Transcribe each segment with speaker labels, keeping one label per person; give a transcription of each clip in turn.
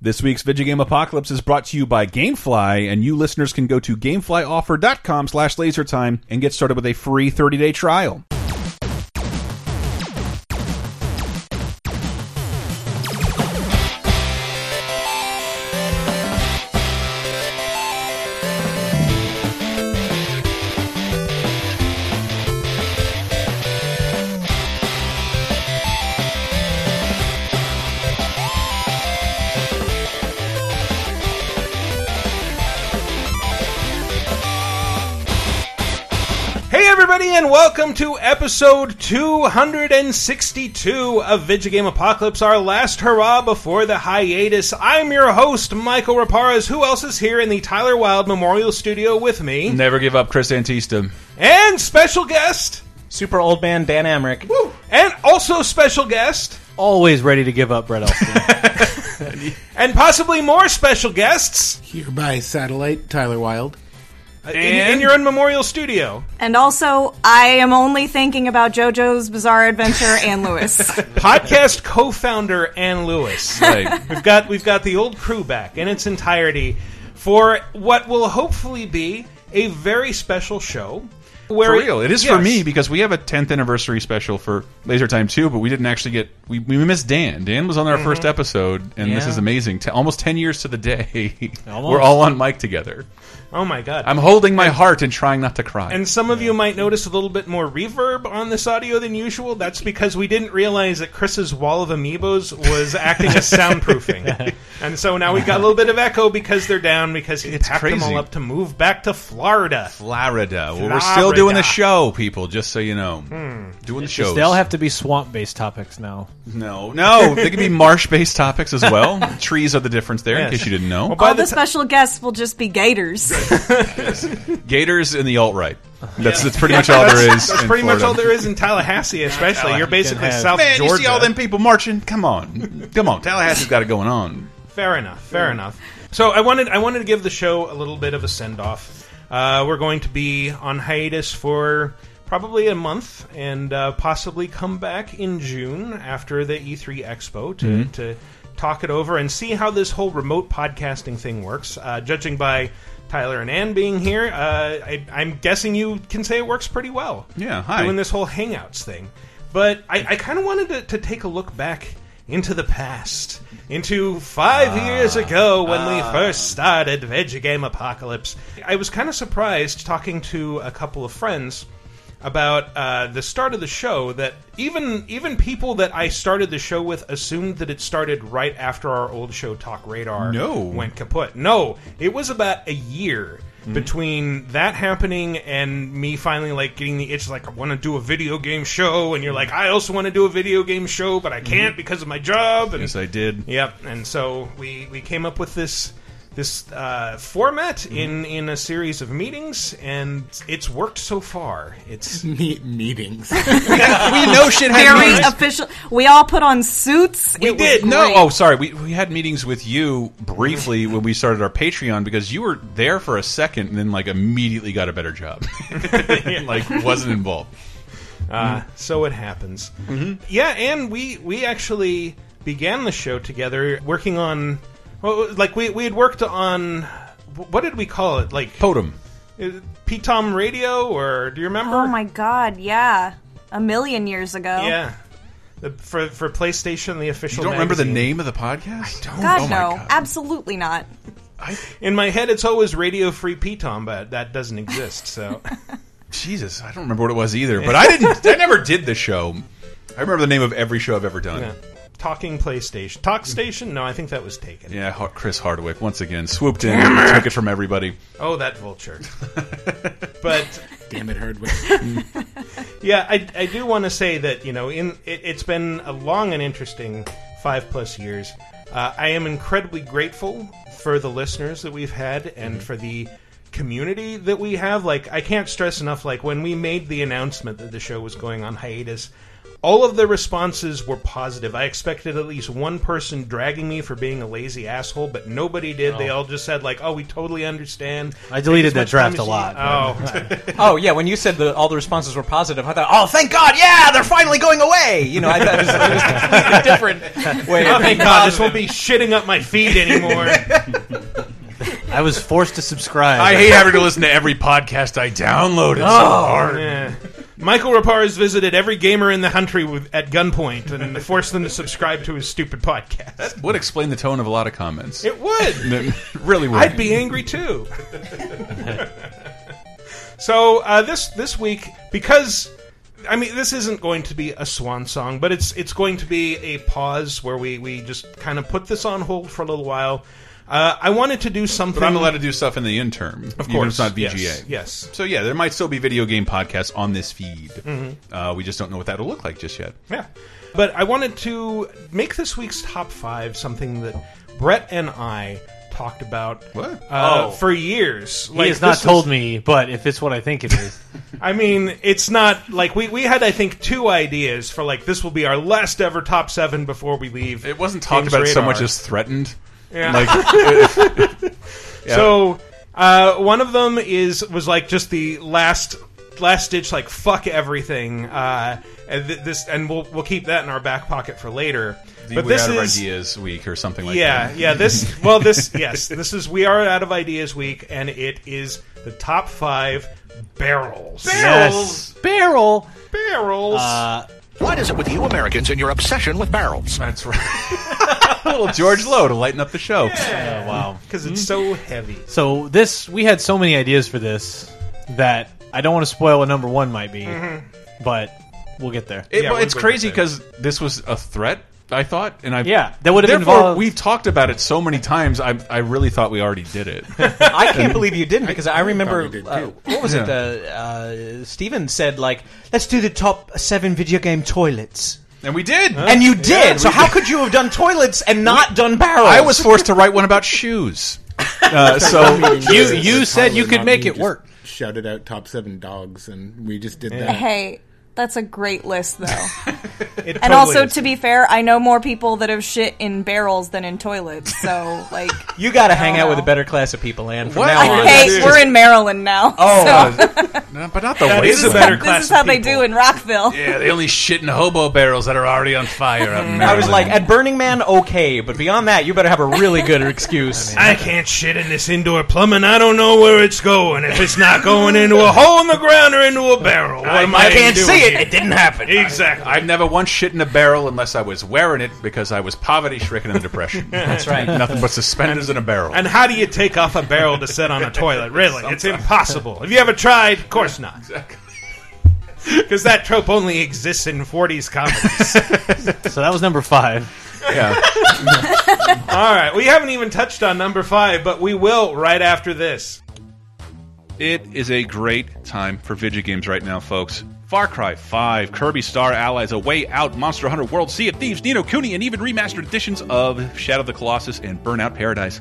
Speaker 1: This week's Video Game Apocalypse is brought to you by Gamefly, and you listeners can go to gameflyoffer.com slash lasertime and get started with a free 30-day trial. Hey everybody, and welcome to episode 262 of Video Game Apocalypse, our last hurrah before the hiatus. I'm your host, Michael Raparez. Who else is here in the Tyler Wild Memorial Studio with me?
Speaker 2: Never give up, Chris Antista.
Speaker 1: And special guest,
Speaker 3: Super old man Dan Amrick.
Speaker 1: and also special guest,
Speaker 3: Always ready to give up, Brett Elston.
Speaker 1: and possibly more special guests
Speaker 4: Here by satellite, Tyler Wilde.
Speaker 1: Uh, in, in your own Memorial Studio.
Speaker 5: And also, I am only thinking about JoJo's Bizarre Adventure and Lewis.
Speaker 1: Podcast co-founder Ann Lewis. We've got we've got the old crew back in its entirety for what will hopefully be a very special show. Where
Speaker 2: For real, it is for
Speaker 1: Yes.
Speaker 2: me because we have a 10th anniversary special for Laser Time 2, but we didn't actually get we, we missed Dan. Dan was on
Speaker 1: Mm-hmm.
Speaker 2: our first episode, and this
Speaker 3: Yeah.
Speaker 2: is amazing. Te- almost 10 years to the day, we're
Speaker 3: Almost.
Speaker 2: all on mic together.
Speaker 1: Oh my god.
Speaker 2: I'm holding my heart and trying not to cry.
Speaker 1: and some of you might notice a little bit more reverb on this audio than usual. That's because we didn't realize that Chris's wall of amiibos was acting as soundproofing, and so now we got a little bit of echo because they're down because he packed them
Speaker 2: crazy.
Speaker 1: all up to move back to Florida.
Speaker 2: Florida. Well, we're still doing the show,
Speaker 1: Florida.
Speaker 2: people. Just so you know, doing the shows.
Speaker 3: they all have to be swamp based topics now.
Speaker 2: no, no. They could be marsh-based topics as well. Trees are the difference there, in
Speaker 1: Yes.
Speaker 2: case you didn't know.
Speaker 1: By
Speaker 5: All
Speaker 1: the
Speaker 5: the
Speaker 1: ti-
Speaker 5: special guests will just be gators.
Speaker 2: Gators and the alt right. That's that's pretty much all there is.
Speaker 1: That's
Speaker 2: in
Speaker 1: pretty much
Speaker 2: Florida.
Speaker 1: all there is in Tallahassee, especially. You're basically
Speaker 3: have-
Speaker 1: South
Speaker 2: Man,
Speaker 1: Georgia.
Speaker 2: you see all them people marching? Come on, come on. Tallahassee's got it going on.
Speaker 1: Fair enough. Fair
Speaker 2: Mm.
Speaker 1: enough. So I wanted I wanted to give the show a little bit of a send off. Uh, we're going to be on hiatus for probably a month, and uh, possibly come back in June after the E3 Expo to.
Speaker 2: Mm-hmm.
Speaker 1: to Talk it over and see how this whole remote podcasting thing works. Uh, judging by Tyler and Ann being here, uh, I, I'm guessing you can say it works pretty well.
Speaker 2: Yeah, hi.
Speaker 1: Doing this whole Hangouts thing. But I, I kind of wanted to, to take a look back into the past, into five years ago when we first started Veggie Game Apocalypse. I was kind of surprised talking to a couple of friends about uh, the start of the show that even even people that I started the show with assumed that it started right after our old show Talk Radar
Speaker 2: No.
Speaker 1: went kaput. No, it was about a year between that happening and me finally like getting the itch like I want to do a video game show and you're like I also want to do a video game show but I can't because of my job and
Speaker 2: Yes, I did.
Speaker 1: Yep, and so we we came up with this this uh, format
Speaker 2: Mm-hmm.
Speaker 1: in in a series of meetings, and it's worked so far. It's
Speaker 4: Me- meetings.
Speaker 2: we know shit
Speaker 5: Very official. We all put on suits. We
Speaker 1: did,
Speaker 2: No, oh, sorry. We, we had meetings with you briefly when we started our Patreon because you were there for a second and then like immediately got a better job, like wasn't involved.
Speaker 1: uh, so it happens. Yeah, and we we actually began the show together working on well, like we we had worked on what did we call it like
Speaker 2: Podem.
Speaker 1: uh, P-Tom Radio or do you remember?
Speaker 5: Oh my god, yeah. A million years ago.
Speaker 1: yeah. The, for for PlayStation, the official.
Speaker 2: You don't remember the
Speaker 1: magazine.
Speaker 2: name of the podcast? I don't.
Speaker 5: God,
Speaker 2: oh my
Speaker 5: no.
Speaker 2: God.
Speaker 5: Absolutely not.
Speaker 1: In my head, it's always Radio Free P-Tom, but that doesn't exist. So.
Speaker 2: Jesus, I don't remember what it was either. But I didn't. I never did the show. I remember the name of every show I've ever done.
Speaker 1: Yeah. Talking PlayStation. Talk Station? No, I think that was taken.
Speaker 2: Yeah, Har- Chris Hardwick once again swooped in, and took it from everybody.
Speaker 1: Oh, that vulture. but
Speaker 4: Damn it, Hardwick.
Speaker 1: yeah, I, I do want to say that you know, in it, it's been a long and interesting five plus years. Uh, I am incredibly grateful for the listeners that we've had
Speaker 3: Mm-hmm.
Speaker 1: and for the community that we have. Like, I can't stress enough. Like when we made the announcement that the show was going on hiatus, All of the responses were positive. I expected at least one person dragging me for being a lazy asshole, but nobody did. They all just said like, "Oh, we totally understand."
Speaker 3: I deleted
Speaker 1: Take as
Speaker 3: that
Speaker 1: much
Speaker 3: draft
Speaker 1: time
Speaker 3: a
Speaker 1: as you- Oh,
Speaker 6: Oh yeah, when you said that all the responses were positive, I thought, oh thank God, yeah, they're finally going away. You know, I thought it was, it was a completely different way.
Speaker 1: Oh,
Speaker 6: of being
Speaker 1: thank God, this
Speaker 6: positive.
Speaker 1: won't be shitting up my feed anymore.
Speaker 3: I was forced to subscribe.
Speaker 2: I hate having to listen to every podcast I download. It's so
Speaker 3: Oh.
Speaker 2: hard.
Speaker 1: Oh, Yeah. Michael Rapar has visited every gamer in the country with, at gunpoint and forced them to subscribe to his stupid podcast.
Speaker 2: Would explain the tone of a lot of comments.
Speaker 1: It would.
Speaker 2: It really would.
Speaker 1: I'd be angry too. so uh, this this week, because I mean, this isn't going to be a swan song, but it's it's going to be a pause where we we just kind of put this on hold for a little while. Uh, I wanted to do something.
Speaker 2: But I'm allowed to do stuff in the interim, of course. Even if it's not VGA.
Speaker 1: Yes, yes.
Speaker 2: So yeah, there might still be video game podcasts on this feed.
Speaker 1: Mm-hmm.
Speaker 2: Uh, we just don't know what that'll look like just yet.
Speaker 1: Yeah. But I wanted to make this week's top five something that Brett and I talked about
Speaker 2: What?
Speaker 1: Uh,
Speaker 3: Oh.
Speaker 1: for years.
Speaker 3: He has not told me, but if it's what I think it is,
Speaker 1: I mean, it's not like we, we had I think two ideas for like this will be our last ever top seven before we leave.
Speaker 2: It wasn't talked
Speaker 1: Games
Speaker 2: about so
Speaker 1: Radar.
Speaker 2: much as threatened.
Speaker 1: Yeah.
Speaker 2: Like
Speaker 1: So uh, one of them is was like just the last last ditch like fuck everything uh, and th- this and we'll we'll keep that in our back pocket for later.
Speaker 2: the
Speaker 1: but
Speaker 2: We're
Speaker 1: this
Speaker 2: out
Speaker 1: is
Speaker 2: of ideas week or something like
Speaker 1: yeah,
Speaker 2: that.
Speaker 1: yeah. This well, this yes, this is we are out of ideas week, and it is the top five barrels.
Speaker 3: yes, barrel.
Speaker 1: barrels.
Speaker 2: Uh,
Speaker 7: What is it with you Americans and your obsession with barrels?
Speaker 2: That's right. little George Lowe to lighten up the show.
Speaker 3: Oh, wow.
Speaker 1: because it's so heavy.
Speaker 3: So this, we had so many ideas for this that I don't want to spoil what number one might be, but we'll get there.
Speaker 2: Mm-hmm. It-
Speaker 1: Yeah,
Speaker 2: well,
Speaker 1: we'll
Speaker 2: it's
Speaker 1: go
Speaker 2: crazy
Speaker 1: with that.
Speaker 2: because this was a threat. I thought, and I
Speaker 3: Yeah, that would have
Speaker 2: Therefore,
Speaker 3: involved-
Speaker 2: We've talked about it so many times. I I really thought we already did it.
Speaker 6: I can't believe you didn't because I, remember
Speaker 4: probably did,
Speaker 6: uh,
Speaker 4: too.
Speaker 6: what was it? Uh, uh, Steven said like, "Let's do the top seven video game toilets,"
Speaker 2: and we did.
Speaker 6: and you did. so how could you have done toilets and not done barrels?
Speaker 2: I was forced to write one about shoes. Uh, so you you said you could make it work.
Speaker 4: Shouted out top seven dogs, and we just did that.
Speaker 5: Hey, that's a great list, though. and
Speaker 1: It totally
Speaker 5: also,
Speaker 1: is.
Speaker 5: to be fair, I know more people that have shit in barrels than in toilets. So, like,
Speaker 6: You got to hang
Speaker 5: Oh,
Speaker 6: out
Speaker 5: no.
Speaker 6: with a better class of people, Anne. From
Speaker 2: What?
Speaker 6: now on,
Speaker 2: Oh,
Speaker 5: hey,
Speaker 2: that's-
Speaker 5: we're in Maryland now.
Speaker 6: Oh,
Speaker 5: so
Speaker 2: No, but not the
Speaker 1: That
Speaker 2: ways
Speaker 1: is a
Speaker 2: of
Speaker 1: better
Speaker 2: them.
Speaker 1: class
Speaker 5: this is
Speaker 1: of
Speaker 5: how they
Speaker 1: people.
Speaker 5: do in Rockville.
Speaker 2: Yeah, they only shit in hobo barrels that are already on fire. up in
Speaker 6: I was
Speaker 2: Maryland.
Speaker 6: like, at Burning Man, okay, but beyond that, you better have a really good excuse.
Speaker 1: I can't shit in this indoor plumbing. I don't know where it's going. If it's not going into a hole in the ground or into a barrel, what am I,
Speaker 6: can't
Speaker 1: doing
Speaker 6: see it.
Speaker 1: here?
Speaker 6: It didn't happen.
Speaker 1: Exactly.
Speaker 2: I've never once shit in a barrel unless I was wearing it because I was poverty stricken in the depression.
Speaker 6: That's right.
Speaker 2: Nothing but suspenders in a barrel.
Speaker 1: and how do you take off a barrel to sit on a toilet? Really, it's impossible. Have you ever tried? Of course not. Because that trope only exists in 40s comedies.
Speaker 3: So that was number five.
Speaker 2: yeah.
Speaker 1: All right, we haven't even touched on number five, but we will right after this.
Speaker 2: It is a great time for video games right now, folks. Far Cry 5, Kirby Star Allies, A Way Out, Monster Hunter World, Sea of Thieves, Nino Cooney, and even remastered editions of Shadow of the Colossus and Burnout Paradise.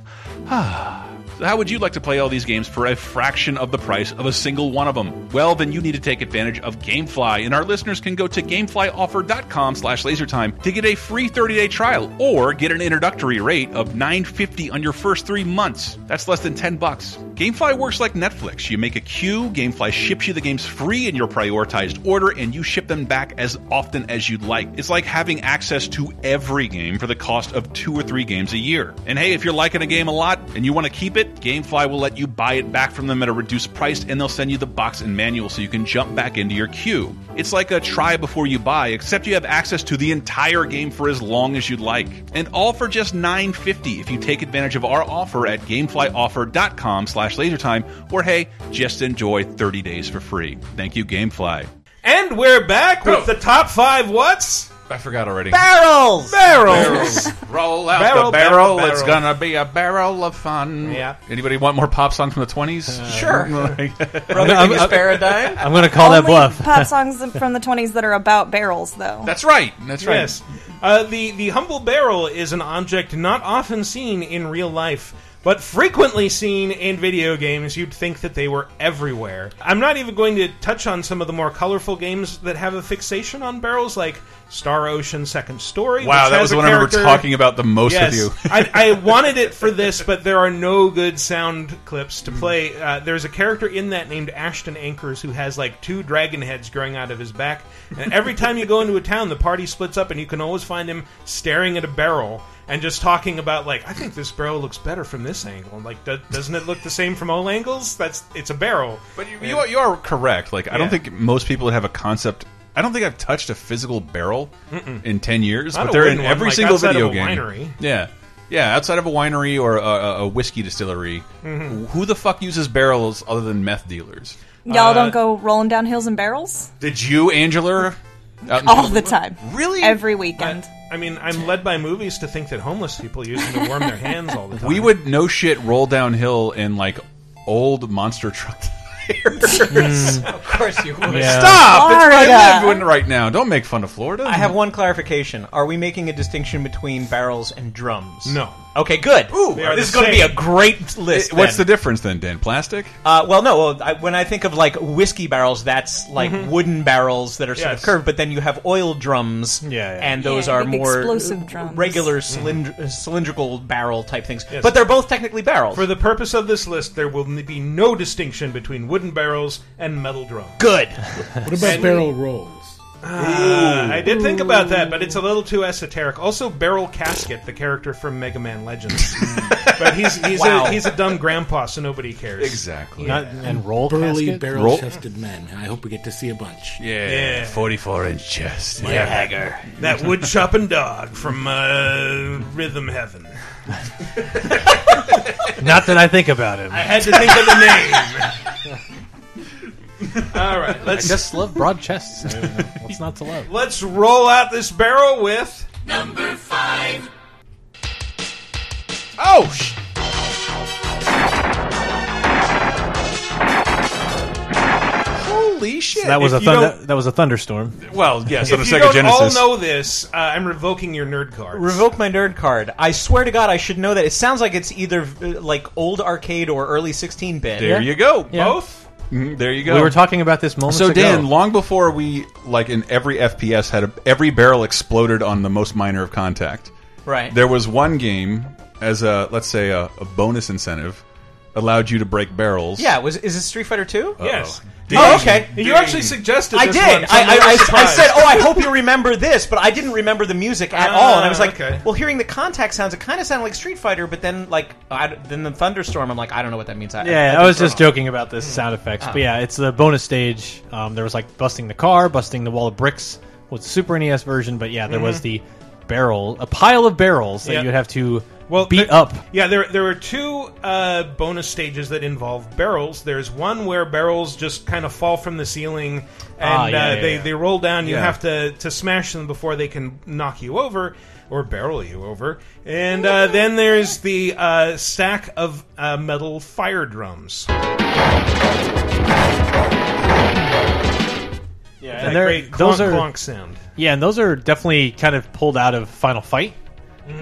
Speaker 2: So how would you like to play all these games for a fraction of the price of a single one of them? Well, then you need to take advantage of GameFly, and our listeners can go to gameflyoffer.com slash lasertime to get a free 30-day trial or get an introductory rate of 950 on your first three months. That's less than 10 bucks. GameFly works like Netflix. You make a queue, GameFly ships you the games free in your prioritized order, and you ship them back as often as you'd like. It's like having access to every game for the cost of two or three games a year. And hey, if you're liking a game a lot and you want to keep it, GameFly will let you buy it back from them at a reduced price and they'll send you the box and manual so you can jump back into your queue. It's like a try before you buy, except you have access to the entire game for as long as you'd like. And all for just $9.50 if you take advantage of our offer at gameflyoffer.com slash lasertime or hey, just enjoy 30 days for free. Thank you, GameFly.
Speaker 1: And we're back with the top five what's?
Speaker 2: I forgot already.
Speaker 6: Barrels!
Speaker 1: Barrels.
Speaker 2: Roll out
Speaker 1: Barrel,
Speaker 2: the barrel.
Speaker 1: barrel, barrel.
Speaker 2: It's gonna be a barrel of fun.
Speaker 1: Yeah. Uh,
Speaker 2: Anybody want more pop song from the twenties?
Speaker 6: Sure.
Speaker 3: I'm-
Speaker 6: Brother
Speaker 3: I'm-
Speaker 6: Biggest Paradigm?
Speaker 3: I'm going to call that
Speaker 5: Only
Speaker 3: bluff.
Speaker 5: pop songs from the 20s that are about barrels, though.
Speaker 2: That's right. That's right.
Speaker 1: Yes. Uh, the the humble barrel is an object not often seen in real life. but frequently seen in video games, you'd think that they were everywhere. I'm not even going to touch on some of the more colorful games that have a fixation on barrels, like Star Ocean Second Story.
Speaker 2: Wow,
Speaker 1: which
Speaker 2: that
Speaker 1: has
Speaker 2: was
Speaker 1: a
Speaker 2: the one I remember
Speaker 1: character-
Speaker 2: talking about the most
Speaker 1: Yes,
Speaker 2: with you.
Speaker 1: I, I wanted it for this, but there are no good sound clips to play. Uh, there's a character in that named Ashton Anchors who has like two dragon heads growing out of his back, and every time you go into a town, the party splits up, and you can always find him staring at a barrel and just talking about like, I think this barrel looks better from this angle. And, like, do- doesn't it look the same from all angles? That's it's a barrel.
Speaker 2: But you, you, are, you are correct. Like I don't
Speaker 1: Yeah.
Speaker 2: think most people have a concept. I don't think I've touched a physical barrel in ten years,
Speaker 1: Not
Speaker 2: but
Speaker 1: a
Speaker 2: they're in
Speaker 1: wooden one,
Speaker 2: every
Speaker 1: like
Speaker 2: single
Speaker 1: outside
Speaker 2: video
Speaker 1: of a
Speaker 2: game.
Speaker 1: winery.
Speaker 2: Yeah, yeah, outside of a winery or a, a a whiskey distillery,
Speaker 1: Mm-hmm.
Speaker 2: who the fuck uses barrels other than meth dealers?
Speaker 5: Y'all
Speaker 2: Uh,
Speaker 1: Uh,
Speaker 5: don't go rolling down hills and barrels
Speaker 2: Did you, Angela? Out in-
Speaker 5: all the time.
Speaker 2: Really?
Speaker 5: Every weekend.
Speaker 1: I mean, I'm led by movies to think that homeless people use them to warm their hands all the time.
Speaker 2: we would no shit roll downhill in like old monster truck.
Speaker 6: Of course you would.
Speaker 3: Yeah.
Speaker 2: Stop! It's where I
Speaker 5: Florida.
Speaker 2: live in right now. Don't make fun of Florida.
Speaker 6: I have one clarification. Are we making a distinction between barrels and drums?
Speaker 1: No.
Speaker 6: Okay, good. Ooh,
Speaker 1: They are
Speaker 6: this is
Speaker 1: the
Speaker 6: going to be
Speaker 1: same.
Speaker 6: a great list.
Speaker 2: What's the
Speaker 6: then.
Speaker 2: difference then, Dan? Plastic?
Speaker 6: Uh, well, no. Well, I, when I think of like whiskey barrels, that's like wooden barrels that are sort
Speaker 1: Yes.
Speaker 6: of curved. But then you have oil drums,
Speaker 3: Yeah, yeah.
Speaker 6: and those
Speaker 5: Yeah,
Speaker 6: are
Speaker 5: big
Speaker 6: more
Speaker 5: explosive
Speaker 6: uh,
Speaker 5: drums.
Speaker 6: regular
Speaker 1: Mm-hmm.
Speaker 6: cylind- uh, cylindrical barrel type things. But they're both technically barrels.
Speaker 1: For the purpose of this list, there will be no distinction between wooden barrels and metal drums.
Speaker 6: good.
Speaker 4: What about barrel rolls?
Speaker 1: Uh, I did think about that, but it's a little too esoteric. Also, Barrel Casket, the character from Mega Man Legends, but he's he's
Speaker 6: Wow.
Speaker 1: a he's a dumb grandpa, so nobody cares.
Speaker 2: Exactly.
Speaker 3: Not, and roll
Speaker 4: Burly
Speaker 3: casket?
Speaker 4: barrel chested men. I hope we get to see a bunch.
Speaker 1: Yeah.
Speaker 2: 44 inch chest.
Speaker 6: Yeah, Hagger.
Speaker 1: That wood chopping dog from uh, Rhythm Heaven.
Speaker 3: Not that I think about him.
Speaker 1: I had to think of the name. All right, let's
Speaker 3: just love broad chests. I don't know. What's not to love?
Speaker 1: let's roll out this barrel with.
Speaker 2: Oh, sh- Holy shit.
Speaker 3: That was
Speaker 1: If
Speaker 3: a
Speaker 1: you
Speaker 3: thunder,
Speaker 1: don't-
Speaker 3: that was a thunderstorm.
Speaker 2: well, yes, on the
Speaker 1: If you
Speaker 2: Sega
Speaker 1: don't
Speaker 2: Genesis.
Speaker 1: all know this, uh, I'm revoking your nerd cards.
Speaker 6: Revoke my nerd card. I swear to God, I should know that. It sounds like it's either uh, like old arcade or early 16 bit.
Speaker 2: there you go.
Speaker 1: both.
Speaker 2: Mhm, There you go.
Speaker 3: We were talking about this moments
Speaker 2: so
Speaker 3: ago.
Speaker 2: Dan, long before we like in every FPS had a, every barrel exploded on the most minor of contact.
Speaker 6: Right.
Speaker 2: There was one game as a let's say a, a bonus incentive allowed you to break barrels.
Speaker 6: Yeah. Was is this Street Fighter 2?
Speaker 1: Yes.
Speaker 6: Oh, okay.
Speaker 1: You actually suggested.
Speaker 6: I
Speaker 1: this
Speaker 6: did. I,
Speaker 1: one, so I'm
Speaker 6: I,
Speaker 1: really
Speaker 6: I, I
Speaker 1: surprised.
Speaker 6: said, "Oh, I hope you remember this," but I didn't remember the music at
Speaker 1: Ah,
Speaker 6: all, and I was like,
Speaker 1: okay.
Speaker 6: "Well, hearing the contact sounds, it kind of sounded like Street Fighter," but then like I, then the thunderstorm, I'm like, I don't know what that means. I,
Speaker 3: Yeah,
Speaker 6: I,
Speaker 3: I was just joking about the sound effects, but yeah, it's the bonus stage. Um, there was like busting the car, busting the wall of bricks was the Super NES version, but yeah, there was the barrel, a pile of barrels that
Speaker 1: Yeah.
Speaker 3: you'd have to
Speaker 1: well,
Speaker 3: beat
Speaker 1: there-
Speaker 3: up.
Speaker 1: Yeah, there there are two uh, bonus stages that involve barrels. There's one where barrels just kind of fall from the ceiling and
Speaker 3: Ah, yeah,
Speaker 1: uh,
Speaker 3: yeah,
Speaker 1: they
Speaker 3: yeah.
Speaker 1: they roll down. You
Speaker 2: Yeah.
Speaker 1: have to to smash them before they can knock you over or barrel you over. And uh, then there's the uh, stack of uh, metal fire drums.
Speaker 3: Yeah,
Speaker 1: That
Speaker 3: and they're-
Speaker 1: great
Speaker 3: those
Speaker 1: clonk
Speaker 3: are
Speaker 1: clonk sound.
Speaker 3: yeah, and those are definitely kind of pulled out of Final Fight.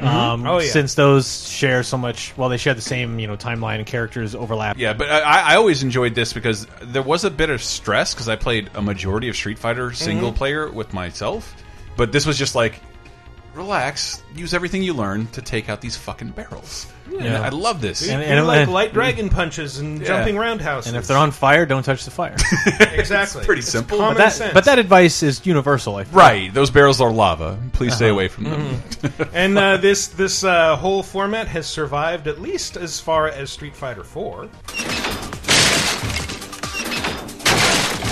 Speaker 3: Um,
Speaker 1: Oh, yeah.
Speaker 3: Since those share so much, well, they share the same you know timeline and characters overlap.
Speaker 2: Yeah, but I, I always enjoyed this because there was a bit of stress because I played a majority of Street Fighter single player with myself, but this was just like, relax, use everything you learn to take out these fucking barrels. And I love this.
Speaker 3: And-
Speaker 1: You like
Speaker 3: and-
Speaker 1: light dragon punches and jumping roundhouses.
Speaker 3: And if they're on fire, don't touch the fire.
Speaker 1: exactly,
Speaker 2: pretty simple.
Speaker 1: common
Speaker 2: But
Speaker 3: that,
Speaker 1: sense.
Speaker 3: But that advice is universal. I think.
Speaker 2: right, those barrels are lava. Please
Speaker 1: Uh-huh.
Speaker 2: stay away from them.
Speaker 1: And uh, this this uh, whole format has survived at least as far as Street Fighter Four.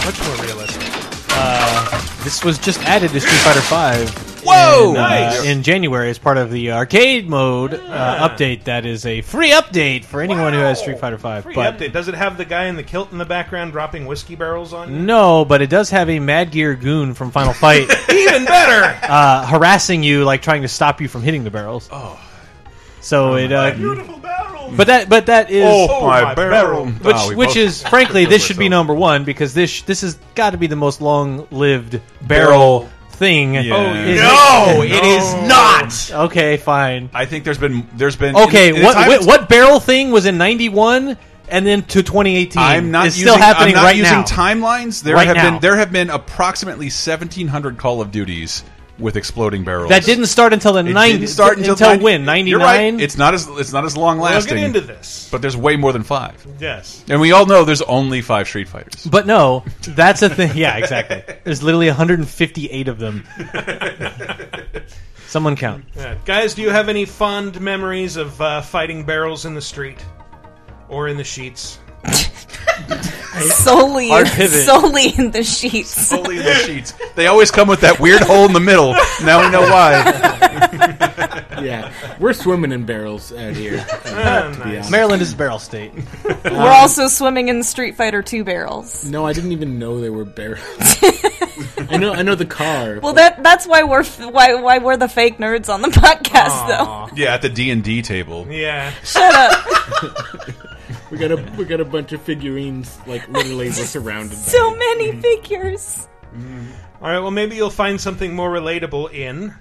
Speaker 1: Much more realistic.
Speaker 3: Uh, This was just added to Street Fighter Five.
Speaker 2: Whoa!
Speaker 3: in, uh,
Speaker 1: Nice.
Speaker 3: in January as part of the arcade mode uh, update. That is a free update for anyone who has Street Fighter Five.
Speaker 1: Free
Speaker 3: But
Speaker 1: update. Does it have the guy in the kilt in the background dropping whiskey barrels on you?
Speaker 3: no, but it does have a Mad Gear goon from Final Fight
Speaker 1: Even better.
Speaker 3: uh, harassing you, like trying to stop you from hitting the barrels. Oh,
Speaker 2: Oh,
Speaker 3: so it. Uh,
Speaker 1: Beautiful barrel.
Speaker 3: but that, but that is.
Speaker 1: my barrel.
Speaker 2: Ah,
Speaker 3: Which, which is frankly, this should be number one because this this has got to be the most long-lived barrel,
Speaker 2: Barrel
Speaker 3: thing.
Speaker 2: Oh, you-
Speaker 3: is-
Speaker 2: No,
Speaker 6: it is not.
Speaker 3: Okay, fine.
Speaker 2: I think there's been there's been
Speaker 3: Okay,
Speaker 2: in- in the
Speaker 3: what
Speaker 2: time-
Speaker 3: what, what barrel thing was in '91 and then to 2018?
Speaker 2: I'm not
Speaker 3: It's
Speaker 2: using,
Speaker 3: still happening
Speaker 2: I'm not
Speaker 3: right
Speaker 2: using
Speaker 3: now.
Speaker 2: timelines. There
Speaker 3: Right
Speaker 2: have
Speaker 3: now.
Speaker 2: been there have been approximately 1700 Call of Duties with exploding barrels.
Speaker 3: That didn't start until the
Speaker 2: It
Speaker 3: 90s.
Speaker 2: didn't start until,
Speaker 3: until
Speaker 2: 90
Speaker 3: when?
Speaker 2: You're
Speaker 3: 99.
Speaker 2: right. It's not as it's not as long
Speaker 1: We'll
Speaker 2: lasting.
Speaker 1: get into this.
Speaker 2: but there's way more than five,
Speaker 1: yes.
Speaker 2: and we all know there's only five Street Fighters.
Speaker 3: But no, that's a thing. Yeah, exactly. There's literally 158 of them. Someone count.
Speaker 1: Uh, guys, do you have any fond memories of uh, fighting barrels in the street or in the sheets?
Speaker 5: solely,
Speaker 2: Hard pivot.
Speaker 5: solely in the sheets.
Speaker 2: Only in the sheets. They always come with that weird hole in the middle. Now we know why.
Speaker 4: Yeah, we're swimming in barrels out here. uh, to be honest. Um,
Speaker 3: Maryland is a barrel state.
Speaker 5: We're also swimming in Street Fighter Two barrels.
Speaker 4: No, I didn't even know they were barrels. I know, I know the car.
Speaker 5: Well, that that's why we're f- why why we're the fake nerds on the podcast, though.
Speaker 2: Yeah, at the D and D table.
Speaker 1: Yeah.
Speaker 5: Shut up.
Speaker 4: we got a we got a bunch of figurines. Like literally, we're surrounded.
Speaker 5: So
Speaker 4: by
Speaker 5: many figures.
Speaker 1: All right, well, maybe you'll find something more relatable in.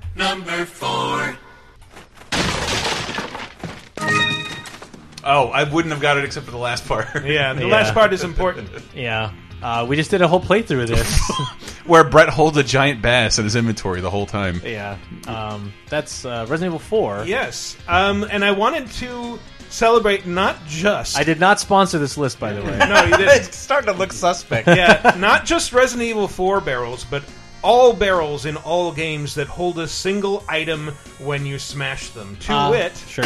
Speaker 2: Oh, I wouldn't have got it except for the last part.
Speaker 1: Yeah, the
Speaker 3: Yeah.
Speaker 1: last part is important.
Speaker 3: Yeah. Uh, we just did a whole playthrough of this.
Speaker 2: Where Brett holds a giant bass in his inventory the whole time.
Speaker 3: yeah. Um, that's uh, Resident Evil 4.
Speaker 1: Yes. Um, and I wanted to celebrate not just.
Speaker 3: I did not sponsor this list, by the way.
Speaker 1: No, you didn't.
Speaker 6: It's starting to look suspect.
Speaker 1: yeah, not just Resident Evil 4 barrels, but all barrels in all games that hold a single item when you smash them. To
Speaker 3: Uh,
Speaker 1: wit,
Speaker 3: Sure.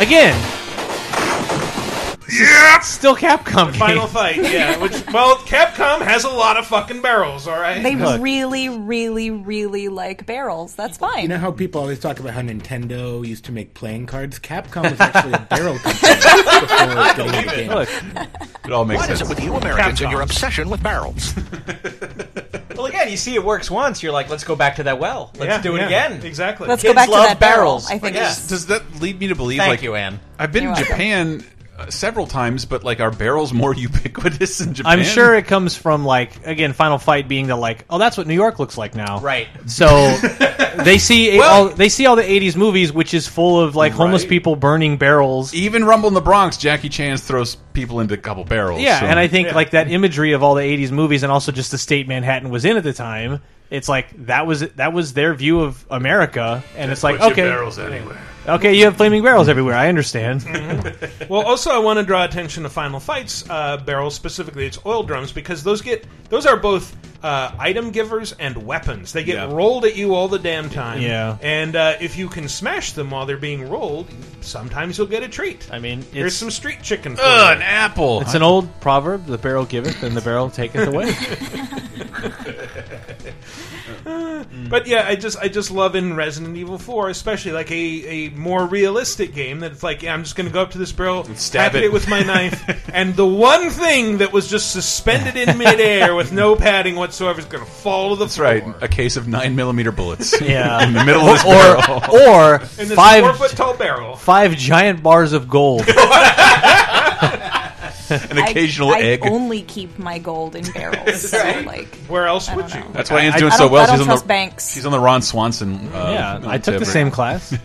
Speaker 3: Again. Still Capcom.
Speaker 1: Final
Speaker 3: game.
Speaker 1: Fight. Yeah, which well, Capcom has a lot of fucking barrels. All right.
Speaker 5: They
Speaker 3: Look.
Speaker 5: really, really, really like barrels. That's fine.
Speaker 4: You know how people always talk about how Nintendo used to make playing cards? Capcom was actually a barrel company before getting into games.
Speaker 3: Look,
Speaker 2: It all makes
Speaker 7: What is
Speaker 2: sense.
Speaker 7: it with you Americans and your
Speaker 1: Capcoms.
Speaker 7: obsession with barrels?
Speaker 6: Well, again, you see it works once. You're like, let's go back to that well. Let's
Speaker 1: Yeah,
Speaker 6: do it
Speaker 1: yeah,
Speaker 6: again.
Speaker 1: Exactly.
Speaker 5: Let's
Speaker 6: Kids
Speaker 5: go back to
Speaker 6: love
Speaker 5: that barrel,
Speaker 6: barrels.
Speaker 5: I think.
Speaker 6: Yeah.
Speaker 5: it's-
Speaker 2: Does that lead me to believe?
Speaker 6: Thank
Speaker 2: like,
Speaker 6: you, Anne.
Speaker 2: I've been
Speaker 5: You're
Speaker 2: in
Speaker 5: welcome.
Speaker 2: Japan uh, several times, but like our barrels more ubiquitous in Japan.
Speaker 3: I'm sure it comes from like again, Final Fight being the like, oh, that's what New York looks like now,
Speaker 6: Right.
Speaker 3: So they see
Speaker 6: Well-
Speaker 3: all they see all the '80s movies, which is full of like homeless
Speaker 2: Right.
Speaker 3: people burning barrels.
Speaker 2: even Rumble in the Bronx, Jackie Chan throws people into a couple barrels.
Speaker 3: Yeah,
Speaker 2: so-
Speaker 3: and I think like that imagery of all the '80s movies, and also just the state Manhattan was in at the time. It's like that was that was their view of America, and it's like okay,
Speaker 2: anywhere.
Speaker 3: okay, you have flaming barrels everywhere. I understand.
Speaker 1: Well, also, I want to draw attention to Final Fight's uh, barrels, specifically its oil drums, because those get those are both uh, item givers and weapons. They get
Speaker 2: Yeah.
Speaker 1: rolled at you all the damn time.
Speaker 3: Yeah.
Speaker 1: And uh, if you can smash them while they're being rolled, sometimes you'll get a treat.
Speaker 3: I mean,
Speaker 1: Here's
Speaker 3: it's
Speaker 1: some street chicken. For
Speaker 2: Ugh, an
Speaker 1: you.
Speaker 2: apple.
Speaker 3: it's an old proverb: the barrel giveth, and the barrel taketh away.
Speaker 1: But yeah, I just I just love in Resident Evil Four, especially like a, a more realistic game that it's like yeah, I'm just going to go up to this barrel,
Speaker 2: stab
Speaker 1: hack
Speaker 2: it.
Speaker 1: it. with my knife, and the one thing that was just suspended in midair with no padding whatsoever is going to fall to the
Speaker 2: That's
Speaker 1: floor.
Speaker 2: right. A case of nine millimeter bullets.
Speaker 3: Yeah.
Speaker 2: in the middle of this barrel.
Speaker 3: or
Speaker 1: in this
Speaker 3: five
Speaker 1: four foot tall barrel.
Speaker 3: five giant bars of gold.
Speaker 2: an occasional
Speaker 5: I,
Speaker 2: egg.
Speaker 5: I only keep my gold in barrels. so, like,
Speaker 1: Where else
Speaker 5: I
Speaker 1: would
Speaker 5: don't
Speaker 1: you?
Speaker 5: know.
Speaker 2: That's why Anne's
Speaker 3: I-
Speaker 2: doing
Speaker 5: I
Speaker 2: so
Speaker 5: don't-
Speaker 2: well.
Speaker 5: I don't
Speaker 2: she's on
Speaker 5: trust
Speaker 2: the
Speaker 5: banks.
Speaker 2: she's on the Ron Swanson. Uh,
Speaker 3: Yeah,
Speaker 2: on
Speaker 3: I took the
Speaker 2: tip.
Speaker 3: same class.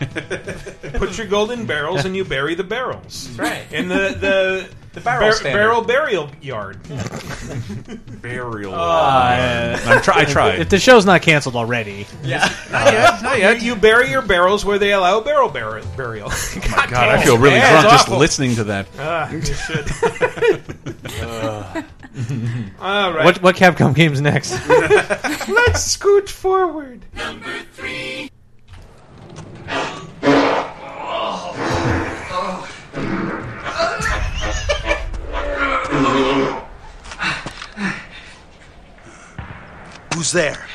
Speaker 1: Put your gold in barrels and you bury the barrels.
Speaker 6: Right.
Speaker 1: In the the, the
Speaker 6: barrel standard.
Speaker 1: barrel burial yard. Ah,
Speaker 2: burial. Uh, I'm try- I tried.
Speaker 3: if the show's not canceled already,
Speaker 6: Yeah.
Speaker 1: You bury your barrels where they allow barrel bur- burial.
Speaker 2: oh my god, I feel really
Speaker 1: Yeah,
Speaker 2: drunk
Speaker 1: it's
Speaker 2: just
Speaker 1: awful.
Speaker 2: listening to that.
Speaker 1: Ah, you should. All right.
Speaker 3: what what Capcom game's next?
Speaker 1: Let's scoot forward.
Speaker 8: Who's there?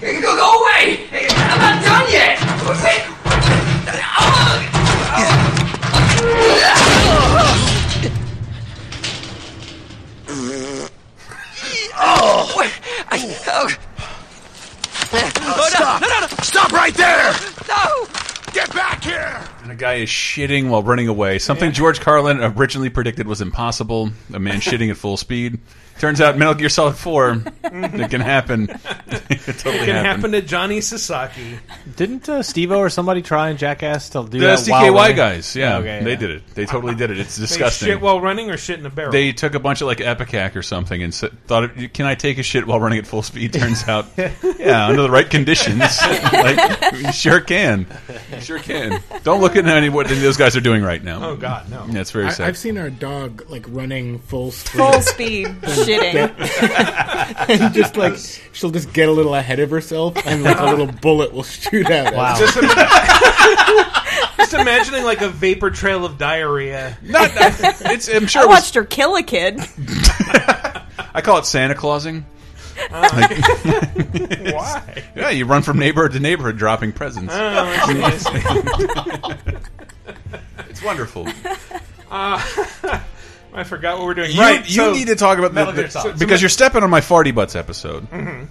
Speaker 9: Go, go away! I'm not done yet! Oh, oh.
Speaker 8: Stop! Stop right there!
Speaker 9: No!
Speaker 8: Get back here!
Speaker 2: And a guy is shitting while running away. Something George Carlin originally predicted was impossible. A man shitting at full speed. Turns out Metal Gear Solid 4, it can happen. it totally
Speaker 1: It can
Speaker 2: happened.
Speaker 1: happen to Johnny Sasaki.
Speaker 3: Didn't uh, Steve-O or somebody try and jackass to do
Speaker 2: The
Speaker 3: that? while
Speaker 2: CKY
Speaker 3: running?
Speaker 2: guys, yeah,
Speaker 3: Okay,
Speaker 2: they
Speaker 3: yeah.
Speaker 2: did it. They totally did it. It's
Speaker 1: They
Speaker 2: disgusting.
Speaker 1: Shit while running or shit in a barrel.
Speaker 2: They took a bunch of like Epicac or something and s thought, "Can I take a shit while running at full speed?" Turns out, yeah, under the right conditions, like you sure can, You sure can. Don't look at any what those guys are doing right now.
Speaker 1: oh God, no.
Speaker 2: that's Um, very
Speaker 4: I,
Speaker 2: sad.
Speaker 4: I've seen our dog like running full speed.
Speaker 5: Full speed shitting.
Speaker 4: just like she'll just get a little ahead of herself, and like a little bullet will shoot out. Wow.
Speaker 1: Just, im- just imagining like a vapor trail of diarrhea.
Speaker 2: Not- it's, I'm sure
Speaker 5: I
Speaker 2: it was
Speaker 5: watched her kill a kid.
Speaker 2: I call it Santa Clausing. Uh,
Speaker 1: Why?
Speaker 2: Yeah, you run from neighborhood to neighborhood dropping presents.
Speaker 1: Oh,
Speaker 2: it's wonderful.
Speaker 1: Uh, I forgot what we're doing.
Speaker 2: You,
Speaker 1: right.
Speaker 2: you
Speaker 1: so-
Speaker 2: need to talk about
Speaker 6: Metal
Speaker 2: the-
Speaker 6: Gear Solid.
Speaker 2: because you're stepping on my farty butts episode.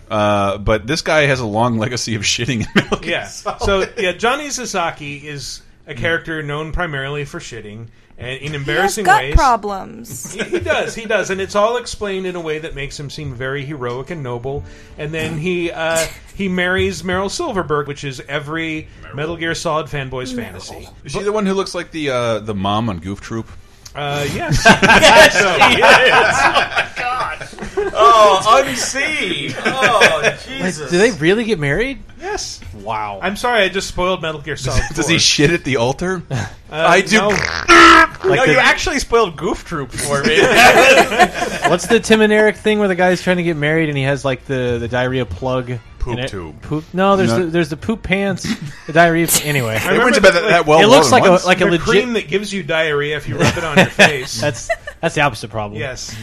Speaker 2: Uh, but this guy has a long legacy of shitting in Metal Gear
Speaker 1: Yeah. So yeah, Johnny Sasaki is a character known primarily for shitting and in
Speaker 5: Has
Speaker 1: embarrassing
Speaker 5: gut
Speaker 1: ways.
Speaker 5: problems.
Speaker 1: he does. He does, and it's all explained in a way that makes him seem very heroic and noble. And then he uh, he marries Meryl Silverberg, which is every Metal Gear Solid fanboy's fantasy.
Speaker 2: Is she the one who looks like the uh, the mom on Goof Troop?
Speaker 1: Uh, yes. So-
Speaker 6: Oh, unseen. Oh, Jesus.
Speaker 3: Do they really get married?
Speaker 1: yes.
Speaker 3: Wow.
Speaker 1: I'm sorry, I just spoiled Metal Gear Solid.
Speaker 2: Does
Speaker 1: 4.
Speaker 2: he shit at the altar?
Speaker 3: Uh,
Speaker 2: I do.
Speaker 1: No.
Speaker 3: like the-
Speaker 1: actually spoiled Goof Troop for me.
Speaker 3: what's the Tim and Eric thing where the guy's trying to get married and he has like the, the diarrhea plug?
Speaker 2: Poop
Speaker 3: in it?
Speaker 2: tube.
Speaker 3: Poop? No, there's
Speaker 2: No.
Speaker 3: the, there's the poop pants. The diarrhea. Anyway,
Speaker 2: It
Speaker 1: remember
Speaker 2: rings about that,
Speaker 1: that,
Speaker 2: that well.
Speaker 3: it looks
Speaker 2: more
Speaker 3: like
Speaker 2: than once.
Speaker 3: a like a
Speaker 1: the
Speaker 3: legit.
Speaker 1: cream that gives you diarrhea if you rub it on your face.
Speaker 3: that's that's the opposite problem. Mm-hmm.
Speaker 1: Yes.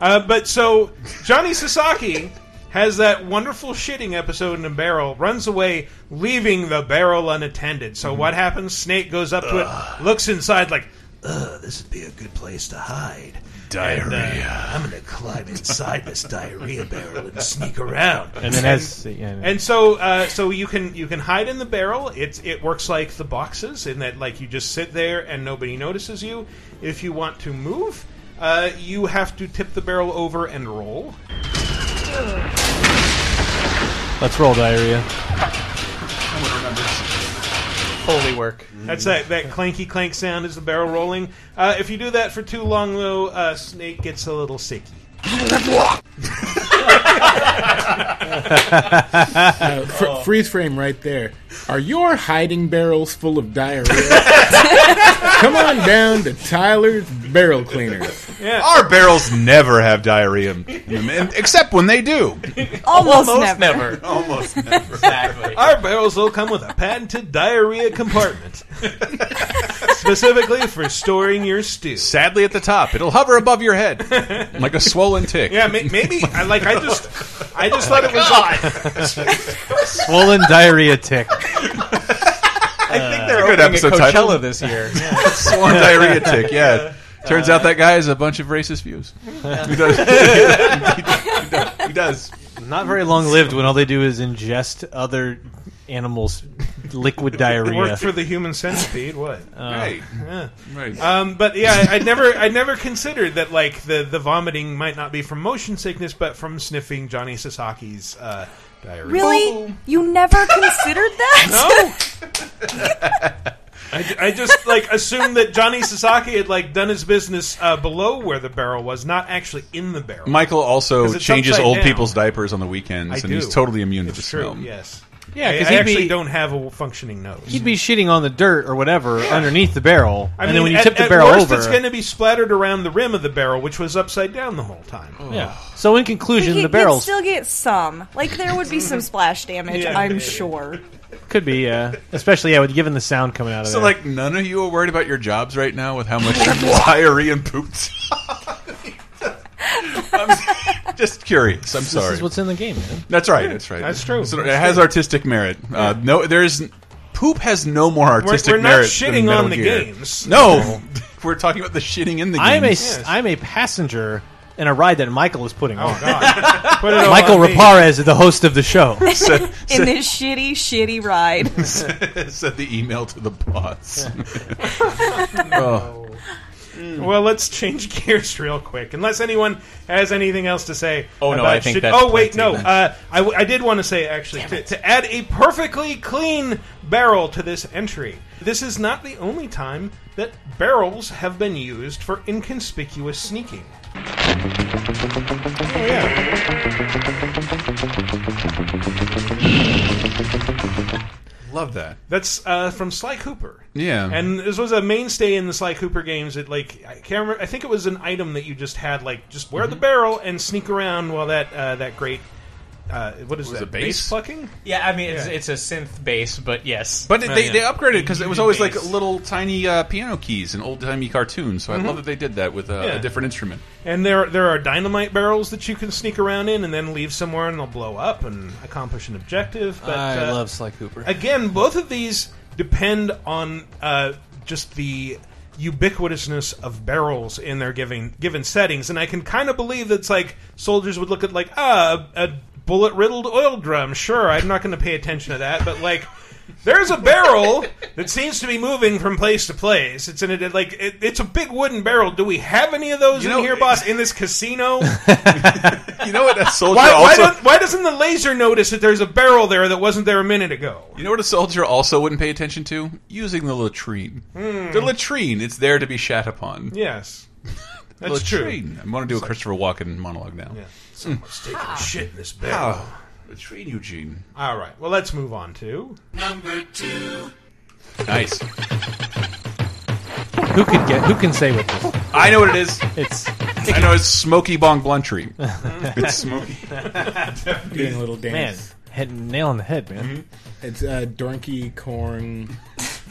Speaker 1: Uh, but so Johnny Sasaki has that wonderful shitting episode in a barrel, runs away, leaving the barrel unattended. So what happens? Snake goes up to it, looks inside like, ugh, this would be a good place to hide. And, uh,
Speaker 2: diarrhea.
Speaker 1: I'm going to climb inside this diarrhea barrel and sneak around.
Speaker 3: And then as yeah, yeah.
Speaker 1: And so, uh, so you can you can hide in the barrel. It's it works like the boxes in that like you just sit there and nobody notices you. If you want to move, uh, you have to tip the barrel over and roll.
Speaker 3: let's roll diarrhea.
Speaker 6: Holy work.
Speaker 1: That's that that clanky clank sound is the barrel rolling. Uh, if you do that for too long, though, uh, Snake gets a little sicky.
Speaker 3: Oh.
Speaker 4: Fr- freeze frame right there. Are your hiding barrels full of diarrhea? Come on down to Tyler's Barrel Cleaner.
Speaker 2: Our barrels never have diarrhea, in them, and- except when they do.
Speaker 5: Almost,
Speaker 6: Most
Speaker 5: never.
Speaker 6: never.
Speaker 2: Almost.
Speaker 6: Exactly.
Speaker 1: Our barrels will come with a patented diarrhea compartment, specifically for storing your stew.
Speaker 2: Sadly, at the top, it'll hover above your head like a swollen tick.
Speaker 1: Yeah, may- maybe I like I just I just thought it was like,
Speaker 3: Swollen diarrhea tick.
Speaker 6: I think they're
Speaker 2: good
Speaker 6: opening a
Speaker 2: episode
Speaker 6: Coachella
Speaker 2: title.
Speaker 6: this year.
Speaker 2: Swollen diarrhea tick. Yeah. Turns out that guy has a bunch of racist views. He does. He does. He does.
Speaker 3: Not very long lived when all they do is ingest other animals' liquid diarrhea.
Speaker 1: Worked for the human centipede. What?
Speaker 2: Right. Right.
Speaker 1: Um, but yeah, I- I'd never, I never considered that like the the vomiting might not be from motion sickness, but from sniffing Johnny Sasaki's uh,
Speaker 2: Oh,
Speaker 1: diarrhea.
Speaker 5: Really? You never considered that?
Speaker 1: No. I, I just like assumed that Johnny Sasaki had like done his business uh, below where the barrel was, not actually in the barrel.
Speaker 2: Michael also
Speaker 1: 'Cause it's
Speaker 2: changes
Speaker 1: upside
Speaker 2: old
Speaker 1: down.
Speaker 2: people's diapers on the weekends,
Speaker 1: I
Speaker 2: and
Speaker 1: do.
Speaker 2: he's totally immune to the
Speaker 1: It's true.
Speaker 2: smell.
Speaker 1: Yes.
Speaker 3: Yeah,
Speaker 1: I, I
Speaker 3: because he'd
Speaker 1: actually
Speaker 3: be
Speaker 1: don't have a functioning nose.
Speaker 3: he'd be shitting on the dirt or whatever underneath the barrel,
Speaker 1: I
Speaker 3: and
Speaker 1: mean,
Speaker 3: then when you
Speaker 1: at-
Speaker 3: tip the
Speaker 1: at
Speaker 3: barrel
Speaker 1: worst,
Speaker 3: over,
Speaker 1: it's going to be splattered around the rim of the barrel, which was upside down the whole time.
Speaker 3: yeah. So in
Speaker 5: You
Speaker 3: conclusion,
Speaker 5: could
Speaker 3: the barrels
Speaker 5: still get some. Like there would be some splash damage,
Speaker 1: Yeah.
Speaker 5: I'm sure.
Speaker 3: could be, yeah, especially yeah, with given the sound coming out of
Speaker 2: So,
Speaker 3: there.
Speaker 2: like, none of you are worried about your jobs right now with how much diarrhea and poop. I'm just curious. I'm
Speaker 3: this
Speaker 2: sorry.
Speaker 3: is what's in the game, man.
Speaker 2: that's right. That's right.
Speaker 1: that's true.
Speaker 2: So it
Speaker 1: That's
Speaker 2: has artistic merit. Uh, no, there's poop has no more
Speaker 1: We're,
Speaker 2: artistic
Speaker 1: we're not
Speaker 2: merit. than
Speaker 1: shitting
Speaker 2: Metal
Speaker 1: on the
Speaker 2: Gear.
Speaker 1: games.
Speaker 2: No, we're talking about the shitting in the
Speaker 3: I'm a
Speaker 2: games.
Speaker 3: s- I'm a passenger in a ride that Michael is putting on.
Speaker 1: Oh, God. Put it all
Speaker 3: Michael
Speaker 1: on me.
Speaker 3: Raparez, is the host of the
Speaker 2: Oh.
Speaker 3: show.
Speaker 2: said,
Speaker 5: In this shitty, shitty ride.
Speaker 2: Oh. said the email to the boss.
Speaker 1: Mm. Well, let's change gears real quick. Unless anyone has anything else to say.
Speaker 6: Oh, no,
Speaker 1: about
Speaker 6: I think
Speaker 1: shit-
Speaker 6: that's
Speaker 1: Oh wait, no.
Speaker 6: plenty.
Speaker 1: Uh, I, w- I did want to say actually to, to add a perfectly clean barrel to this entry. This is not the only time that barrels have been used for inconspicuous sneaking. Oh yeah.
Speaker 2: Love that.
Speaker 1: That's uh, from Sly Cooper.
Speaker 2: Yeah.
Speaker 1: and this was a mainstay in the Sly Cooper games. It like I can't remember. I think it was an item that you just had like just wear the barrel and sneak around while that uh, that great uh, what is
Speaker 2: Was
Speaker 1: that
Speaker 2: it bass?
Speaker 1: plucking?
Speaker 6: Yeah, I mean it's,
Speaker 1: Yeah. Oh,
Speaker 6: it's a synth bass, but yes.
Speaker 2: But it, they,
Speaker 1: yeah.
Speaker 2: they upgraded because it was always like
Speaker 6: Bass.
Speaker 2: little tiny uh, piano keys and old timey cartoons. So I love that they did that with uh,
Speaker 1: Mm-hmm. Yeah.
Speaker 2: a different instrument.
Speaker 1: And there there are dynamite barrels that you can sneak around in and then leave somewhere and they'll blow up and accomplish an objective. But, uh,
Speaker 2: Sly Cooper.
Speaker 1: again, both of these depend on uh, just the ubiquitousness of barrels in their given given settings, and I can kind of believe that's like soldiers would look at like ah a bullet riddled oil drum. Sure, I'm not going to pay attention to that, but like. There's a barrel that seems to be moving from place to place. It's in a like it, it's a big wooden barrel. Do we have any of those
Speaker 2: You
Speaker 1: in
Speaker 2: know,
Speaker 1: here, boss? In this casino,
Speaker 2: you know what a soldier
Speaker 1: why, why,
Speaker 2: also.
Speaker 1: don't, why doesn't the laser notice that there's a barrel there that wasn't there a minute ago?
Speaker 2: you know what a soldier also wouldn't pay attention to? Using the latrine.
Speaker 1: Hmm.
Speaker 2: The latrine. It's there to be shat upon.
Speaker 1: Yes. That's true.
Speaker 2: latrine. I'm going to do a Christopher Walken monologue now. Mm.
Speaker 1: Someone's taking a shit in this bed.
Speaker 2: Oh, latrine, Eugene.
Speaker 1: All right. Well, let's move on to.
Speaker 2: Nice.
Speaker 3: Who can get? Who can say with this?
Speaker 2: I know what it is.
Speaker 3: It's
Speaker 2: I know it's Smoky Bong Bluntree. it's Smoky.
Speaker 4: Doing a little
Speaker 3: man,
Speaker 4: dance.
Speaker 3: hit nail on the head, man.
Speaker 4: It's uh, donkey corn.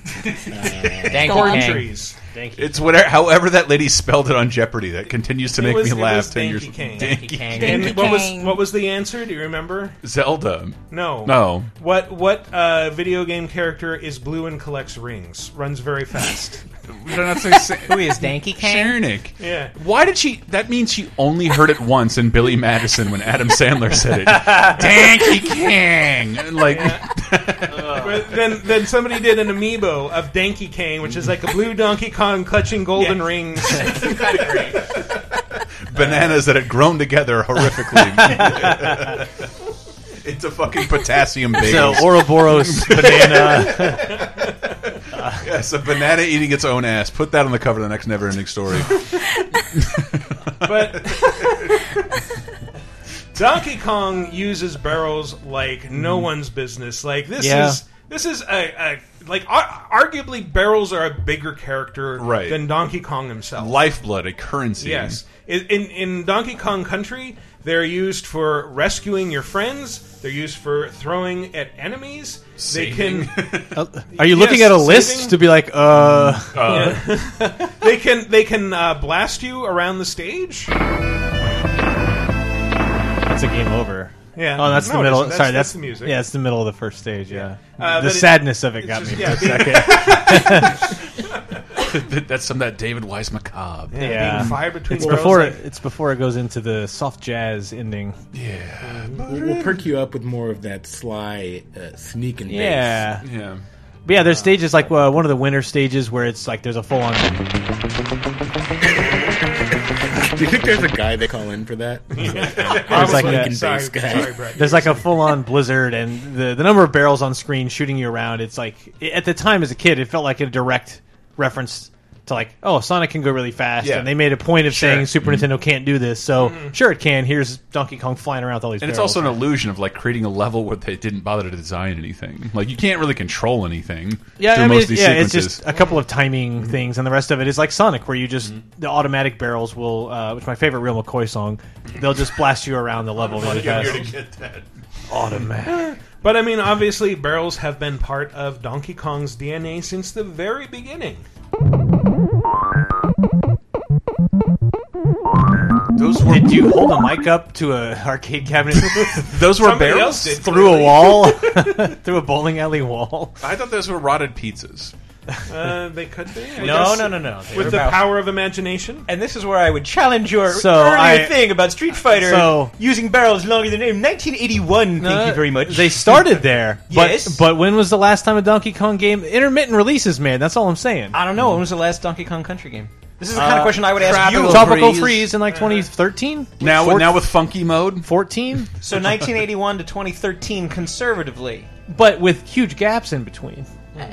Speaker 4: uh,
Speaker 6: Dank
Speaker 5: Corn
Speaker 6: Kang.
Speaker 1: Trees.
Speaker 2: It's whatever, however that lady spelled it on Jeopardy. That continues to make
Speaker 1: was-
Speaker 2: me
Speaker 1: it
Speaker 2: laugh.
Speaker 1: was
Speaker 2: Ten years.
Speaker 1: Danky Kang.
Speaker 2: Danky
Speaker 6: Danky Kang.
Speaker 5: Danky
Speaker 1: And what was
Speaker 5: Kang.
Speaker 1: what was the answer? Do you remember?
Speaker 2: Zelda.
Speaker 1: No.
Speaker 2: No.
Speaker 1: What what uh, video game character is blue and collects rings? Runs very fast.
Speaker 2: We don't have to say
Speaker 6: Who is Danky Kang?
Speaker 2: Sarnik.
Speaker 1: Yeah.
Speaker 2: Why did she? That means she only heard it once in Billy Madison when Adam Sandler said it. Danky Kang. And Like
Speaker 1: But then then somebody did an amiibo of Danky Kang, which is like a blue Donkey Kong clutching golden rings.
Speaker 2: bananas that had grown together horrifically. it's a fucking potassium bagel.
Speaker 3: So Ouroboros banana.
Speaker 2: yes, a banana eating its own ass. Put that on the cover of the next Never Ending Story.
Speaker 1: But Donkey Kong uses barrels like no one's business. Like this
Speaker 3: Mm. Yeah.
Speaker 1: is this is a, a like ar- arguably barrels are a bigger character
Speaker 2: Right.
Speaker 1: than Donkey Kong himself.
Speaker 2: Lifeblood, a
Speaker 3: Mm.
Speaker 2: currency.
Speaker 1: Yes, in, in in Donkey Kong Country, they're used for rescuing your friends. They're used for throwing at enemies. They can
Speaker 3: Uh, Are you looking at
Speaker 1: Yes,
Speaker 3: a list
Speaker 1: saving-
Speaker 3: to be like, uh?
Speaker 1: they can they can uh, blast you around the stage.
Speaker 3: It's a game over.
Speaker 1: Yeah.
Speaker 3: Oh, that's
Speaker 1: No,
Speaker 3: the
Speaker 1: it
Speaker 3: middle.
Speaker 1: isn't. That's-
Speaker 3: Sorry,
Speaker 1: that's
Speaker 3: that's,
Speaker 1: the music.
Speaker 3: Yeah, it's the middle of the first stage. Yeah,
Speaker 1: Uh,
Speaker 3: the
Speaker 1: but it-
Speaker 3: sadness of it
Speaker 1: it's
Speaker 3: got
Speaker 1: just-
Speaker 3: me.
Speaker 1: yeah,
Speaker 3: for
Speaker 1: being-
Speaker 3: a second.
Speaker 2: That's some of that David Wise macabre.
Speaker 3: yeah.
Speaker 1: Being fired between
Speaker 3: It's
Speaker 1: barrels,
Speaker 3: before
Speaker 1: like-
Speaker 3: it, it's before it goes into the soft jazz ending.
Speaker 4: We'll, we'll perk you up with more of that sly uh, sneak and bass.
Speaker 3: Yeah,
Speaker 2: Yeah.
Speaker 3: but yeah, there's stages like uh, one of the winter stages where it's like there's a full on.
Speaker 4: Do you think there's a guy they call in for that?
Speaker 3: There's like
Speaker 4: Sneak
Speaker 3: a,
Speaker 4: and
Speaker 1: Sorry,
Speaker 4: bass guy.
Speaker 1: sorry, Brett.
Speaker 3: there's like a full on blizzard, and the the number of barrels on screen shooting you around. It's like at the time as a kid, it felt like a direct reference. To like, oh, Sonic can go really fast,
Speaker 2: Yeah.
Speaker 3: and they made a point of saying Super
Speaker 2: Mm-hmm.
Speaker 3: Nintendo can't do this. So sure, it can. Here's Donkey Kong flying around with all these.
Speaker 2: And it's
Speaker 3: barrels.
Speaker 2: also an illusion of like creating a level where they didn't bother to design anything. Like you can't really control anything.
Speaker 3: Yeah,
Speaker 2: through
Speaker 3: I mean,
Speaker 2: most of these
Speaker 3: yeah, it's
Speaker 2: sequences. Mm-hmm.
Speaker 3: just a couple of timing things, and the rest of it is like Sonic, where you just the automatic barrels will, uh, which is my favorite Real McCoy song, they'll just blast you around the level really fast. Automatic.
Speaker 1: But I mean, obviously, barrels have been part of Donkey Kong's DNA since the very beginning.
Speaker 2: those were
Speaker 3: Did you hold a mic up to a arcade cabinet
Speaker 2: those were
Speaker 1: Somebody
Speaker 2: barrels.
Speaker 1: else did.
Speaker 3: through a wall, through a bowling alley wall?
Speaker 2: I thought those were rotted pizzas.
Speaker 1: Uh, they could be. I
Speaker 6: No,
Speaker 1: guess.
Speaker 6: no, no, no. They were
Speaker 1: With the
Speaker 6: about-
Speaker 1: power of imagination.
Speaker 6: And this is where I would challenge your
Speaker 3: So,
Speaker 6: earlier
Speaker 3: I-
Speaker 6: thing about Street Fighter
Speaker 3: So-
Speaker 6: using barrels longer than in 1981. thank you very much.
Speaker 3: They started there, but
Speaker 6: Yes.
Speaker 3: but when was the last time a Donkey Kong game intermittent releases, man? That's all I'm saying.
Speaker 6: I don't know. When was the last Donkey Kong Country game? This is the kind of question I would ask you.
Speaker 3: Uh,
Speaker 6: Uh,
Speaker 3: Tropical freeze in like 2013.
Speaker 2: Now,
Speaker 3: Four-
Speaker 2: now with funky mode.
Speaker 3: 14,
Speaker 6: So 1981 to 2013, conservatively.
Speaker 3: but with huge gaps in between.
Speaker 6: Eh,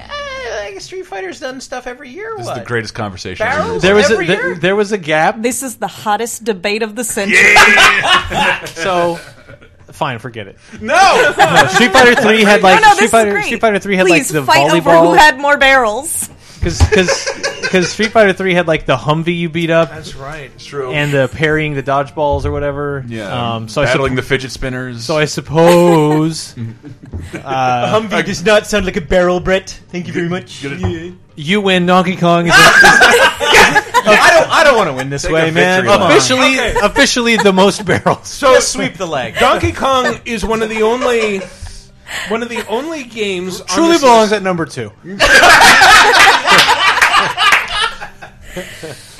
Speaker 6: like Street Fighter's done stuff every year.
Speaker 2: This
Speaker 6: what?
Speaker 2: is the greatest conversation.
Speaker 6: Barrel?
Speaker 3: There was
Speaker 6: Oh,
Speaker 3: a,
Speaker 6: Every
Speaker 3: there,
Speaker 6: year?
Speaker 3: there was a gap.
Speaker 5: This is the hottest debate of the century.
Speaker 3: So, fine, forget it.
Speaker 2: No,
Speaker 3: No, Street Fighter Three had like
Speaker 5: no, no,
Speaker 3: Street
Speaker 5: this is
Speaker 3: Fighter
Speaker 5: great.
Speaker 3: Street Fighter Three had
Speaker 5: Please
Speaker 3: like the
Speaker 5: fight
Speaker 3: volleyball
Speaker 5: over who had more barrels.
Speaker 3: because because Street Fighter Three had like the Humvee you beat up
Speaker 1: That's right.
Speaker 2: true.
Speaker 3: and the parrying the dodgeballs or whatever.
Speaker 2: yeah,
Speaker 3: Um, so I,
Speaker 2: battling
Speaker 3: sup-
Speaker 2: the fidget spinners.
Speaker 3: so I suppose uh,
Speaker 6: Humvee does not sound like a barrel, Brett. Thank you very much.
Speaker 3: you win. Donkey Kong is a-
Speaker 6: I don't. I don't want to win this
Speaker 2: Take
Speaker 6: way,
Speaker 2: a
Speaker 6: man.
Speaker 2: victory lap.
Speaker 3: officially officially the most barrels.
Speaker 1: So
Speaker 6: Just sweep the leg.
Speaker 1: Donkey Kong is one of the only one of the only games on
Speaker 3: Truly
Speaker 1: this
Speaker 3: belongs at
Speaker 1: list-
Speaker 3: number two.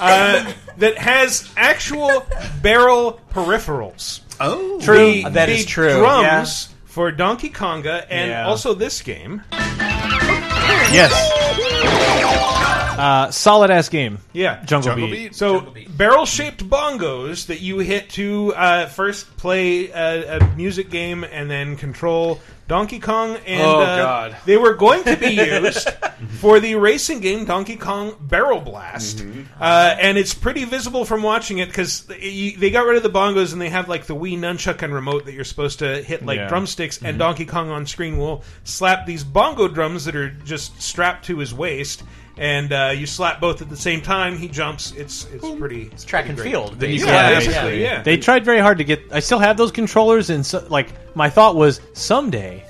Speaker 1: uh, that has actual barrel peripherals.
Speaker 2: oh,
Speaker 1: True,
Speaker 6: That is true,
Speaker 1: Drums for Donkey Konga and
Speaker 3: Yeah.
Speaker 1: also this game.
Speaker 3: Yes. Uh, solid ass game.
Speaker 1: Yeah,
Speaker 3: Jungle,
Speaker 2: Jungle
Speaker 3: Beat.
Speaker 2: Beat.
Speaker 1: So barrel shaped bongos that you hit to uh, first play a, a music game and then control Donkey Kong. And,
Speaker 2: Oh,
Speaker 1: uh,
Speaker 2: God.
Speaker 1: They were going to be used for the racing game Donkey Kong Barrel Blast,
Speaker 2: Mm-hmm.
Speaker 1: uh, and it's pretty visible from watching it because they got rid of the bongos and they have like the Wii nunchuck and remote that you're supposed to hit like
Speaker 3: Yeah.
Speaker 1: drumsticks.
Speaker 3: Mm-hmm.
Speaker 1: And Donkey Kong on screen will slap these bongo drums that are just strapped to his waist. And uh, you slap both at the same time. He jumps. It's it's pretty
Speaker 6: Track and field.
Speaker 2: Then you
Speaker 6: basically.
Speaker 2: clap.
Speaker 1: basically, yeah.
Speaker 3: They tried very hard to get. I still have those controllers, and so, like my thought was, someday,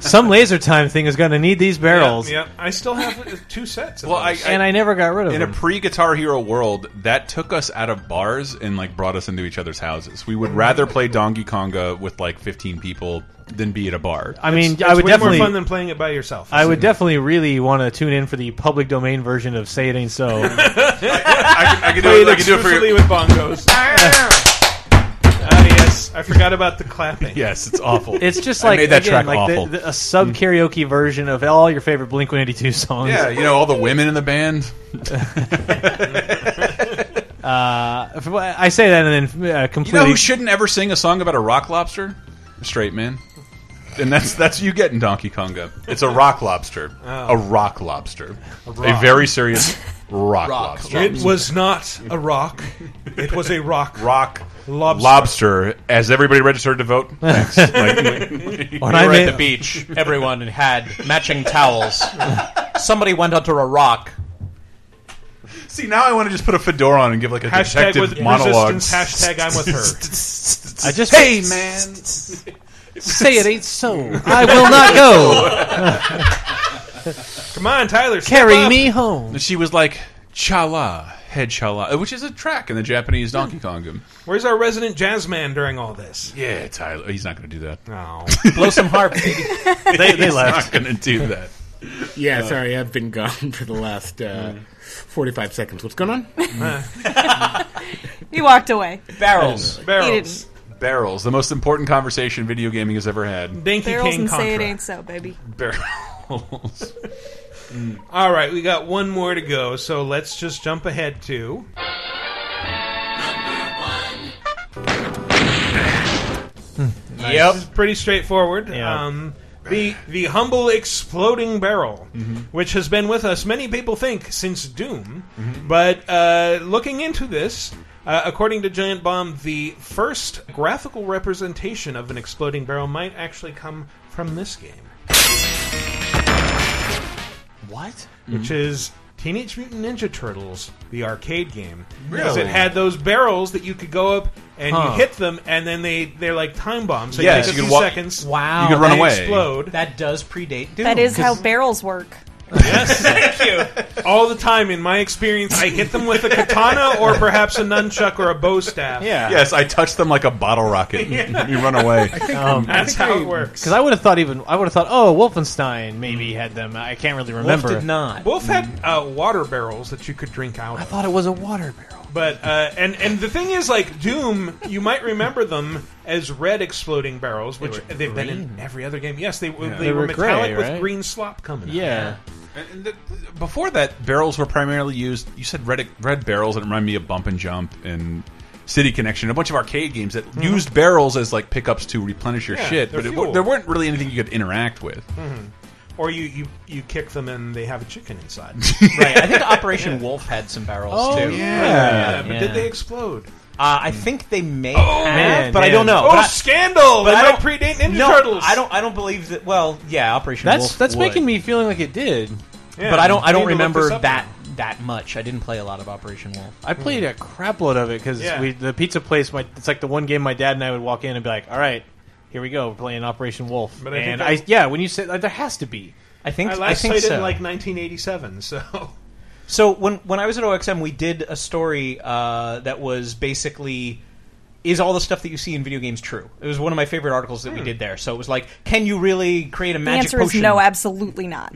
Speaker 3: some laser time thing is going to need these barrels,
Speaker 1: Yeah, yeah. I still have uh, two sets. Of
Speaker 2: Well, I,
Speaker 1: those.
Speaker 3: and I never got rid of
Speaker 2: in a
Speaker 3: them.
Speaker 2: pre Guitar Hero world, that took us out of bars and like brought us into each other's houses. We would rather play Donkey Konga with like 15 people than be at a bar.
Speaker 3: I mean,
Speaker 1: It's
Speaker 3: I would
Speaker 1: way
Speaker 3: definitely,
Speaker 1: more fun than playing it by yourself.
Speaker 3: I would definitely really want to tune in for the public domain version of "Say It Ain't So."
Speaker 2: I could, I could do
Speaker 1: Played
Speaker 2: it. I could do it for
Speaker 1: exclusively
Speaker 2: you.
Speaker 1: with bongos. ah, yes, I forgot about the clapping.
Speaker 2: Yes, it's awful.
Speaker 3: It's just
Speaker 2: I
Speaker 3: like
Speaker 2: made that
Speaker 3: again,
Speaker 2: track
Speaker 3: like the-
Speaker 2: awful.
Speaker 3: the- a sub karaoke version of all your favorite Blink One Eighty Two songs.
Speaker 2: yeah, you know all the women in the band.
Speaker 3: uh, If- I say that and then uh,
Speaker 2: You know
Speaker 3: completely.
Speaker 2: who shouldn't ever sing a song about a rock lobster? A straight man. And that's that's what you get in Donkey Konga. It's a rock lobster.
Speaker 3: Oh.
Speaker 2: A rock lobster. A, very serious rock, lobster.
Speaker 1: It was not a rock. It was a rock.
Speaker 2: rock
Speaker 1: Lobster.
Speaker 2: lobster. As everybody registered to vote, thanks. Like,
Speaker 3: when
Speaker 6: We
Speaker 3: I
Speaker 6: were
Speaker 3: made,
Speaker 6: at the beach. Everyone had matching towels. Somebody went onto a rock.
Speaker 2: see, now I want to just put a fedora on and give like a
Speaker 1: Hashtag
Speaker 2: detective
Speaker 1: with
Speaker 2: monologue.
Speaker 1: resistance. Hashtag I'm with her.
Speaker 3: I just
Speaker 2: Hey man,
Speaker 3: say it ain't so. I will not go.
Speaker 1: Come on, Tyler. step
Speaker 3: Carry
Speaker 1: up.
Speaker 3: me home.
Speaker 2: and she was like chala head chala, uh, which is a track in the Japanese Donkey Kong.
Speaker 1: Where's our resident jazz man during all this?
Speaker 2: Yeah, Tyler, he's not going to do that.
Speaker 1: No.
Speaker 6: Blow some harp. baby.
Speaker 3: They, they
Speaker 2: He's
Speaker 3: left.
Speaker 2: not going to do that.
Speaker 4: Yeah, sorry, I've been gone for the last uh,
Speaker 2: Mm.
Speaker 4: 45 seconds. What's going on?
Speaker 5: He walked away.
Speaker 6: Barrels.
Speaker 5: He
Speaker 1: Barrels.
Speaker 5: didn't.
Speaker 2: Barrels, the most important conversation video gaming has ever had.
Speaker 1: Dinky
Speaker 5: Barrels
Speaker 1: Kane
Speaker 5: and say it
Speaker 1: Contra.
Speaker 5: ain't so, baby.
Speaker 2: Barrels.
Speaker 1: All right, we got one more to go, so let's just jump ahead to. Hmm,
Speaker 6: Yep.
Speaker 1: pretty straightforward.
Speaker 3: Yeah.
Speaker 1: Um, the the humble exploding barrel, which has been with us, many people think since Doom. But uh, looking into this, uh, according to Giant Bomb, the first graphical representation of an exploding barrel might actually come from this game,
Speaker 3: What?
Speaker 2: Mm-hmm.
Speaker 1: which is. Teenage Mutant Ninja Turtles, the arcade game, because it had those barrels that you could go up and
Speaker 3: Huh.
Speaker 1: you hit them, and then they they're like time bombs. They
Speaker 2: Yes,
Speaker 1: take a
Speaker 2: you
Speaker 1: few
Speaker 2: could wa-
Speaker 1: seconds.
Speaker 6: Wow.
Speaker 2: You could run
Speaker 1: they
Speaker 2: away.
Speaker 1: Explode.
Speaker 6: That does predate Doom.
Speaker 5: That is how barrels work.
Speaker 1: all the time in my experience i hit them with a katana or perhaps a nunchuck or a bow staff
Speaker 3: Yeah.
Speaker 2: Yes, I touched them like a bottle rocket. You run away.
Speaker 6: Um,
Speaker 3: Um,
Speaker 1: that's how it works
Speaker 3: Because I would have thought even I would have thought oh Wolfenstein maybe had them. I can't really
Speaker 6: Hmm. Wolf
Speaker 3: remember.
Speaker 6: did not.
Speaker 1: wolf had uh, water barrels that you could drink out of
Speaker 3: Thought it was a water barrel.
Speaker 1: but uh, and and the thing is like doom you might remember them as red exploding barrels which they have been in every other game yes they, they,
Speaker 3: They
Speaker 1: were,
Speaker 3: were
Speaker 1: metallic
Speaker 3: gray,
Speaker 1: with
Speaker 3: right?
Speaker 1: green slop coming out.
Speaker 3: Yeah.
Speaker 2: And- and the- the- Before that, barrels were primarily used. You said red red barrels, and it reminded me of Bump and Jump and City Connection, a bunch of arcade games that used barrels as like pickups to replenish your
Speaker 1: Yeah,
Speaker 2: shit.
Speaker 1: they're
Speaker 2: But it,
Speaker 1: fuel.
Speaker 2: wa- there weren't really anything you could interact with.
Speaker 1: Mm-hmm. Or you, you, you kick them and they have a chicken inside.
Speaker 6: right. I think Operation Wolf had some barrels
Speaker 3: Oh,
Speaker 6: too.
Speaker 1: yeah, but did
Speaker 6: Oh, Yeah.
Speaker 1: they explode?
Speaker 6: Uh, I think they may have,
Speaker 3: man,
Speaker 6: but I
Speaker 3: man.
Speaker 6: don't know.
Speaker 1: Oh,
Speaker 6: But I- but
Speaker 1: scandal! But
Speaker 6: I
Speaker 1: I
Speaker 6: don't
Speaker 1: predate Ninja
Speaker 6: no,
Speaker 1: Turtles.
Speaker 6: I don't. I don't believe that. Well, yeah, Operation
Speaker 3: That's
Speaker 6: Wolf.
Speaker 3: that's
Speaker 6: would.
Speaker 3: making me feeling like it did.
Speaker 1: Yeah,
Speaker 6: But I don't. I
Speaker 1: you
Speaker 6: don't
Speaker 1: need to look
Speaker 6: remember
Speaker 1: this up
Speaker 6: that that much. I didn't play a lot of Operation Wolf.
Speaker 3: I played a crapload of it because
Speaker 1: Yeah.
Speaker 3: we the pizza place. My it's like the one game my dad and I would walk in and be like, "All right, here we go, we're playing Operation Wolf."
Speaker 1: But I think
Speaker 3: and
Speaker 1: I-
Speaker 3: I, yeah, when you say like, there has to be
Speaker 6: I think.
Speaker 1: I
Speaker 6: I,
Speaker 1: last
Speaker 6: think
Speaker 1: played
Speaker 6: so.
Speaker 1: it in like 1987, so
Speaker 6: So when when I was at OXM, we did a story uh, that was basically is all the stuff that you see in video games true? It was one of my favorite articles that
Speaker 1: Hmm.
Speaker 6: we did there. So it was like, can you really create a
Speaker 5: The
Speaker 6: magic
Speaker 5: answer
Speaker 6: potion?
Speaker 5: is no, absolutely not.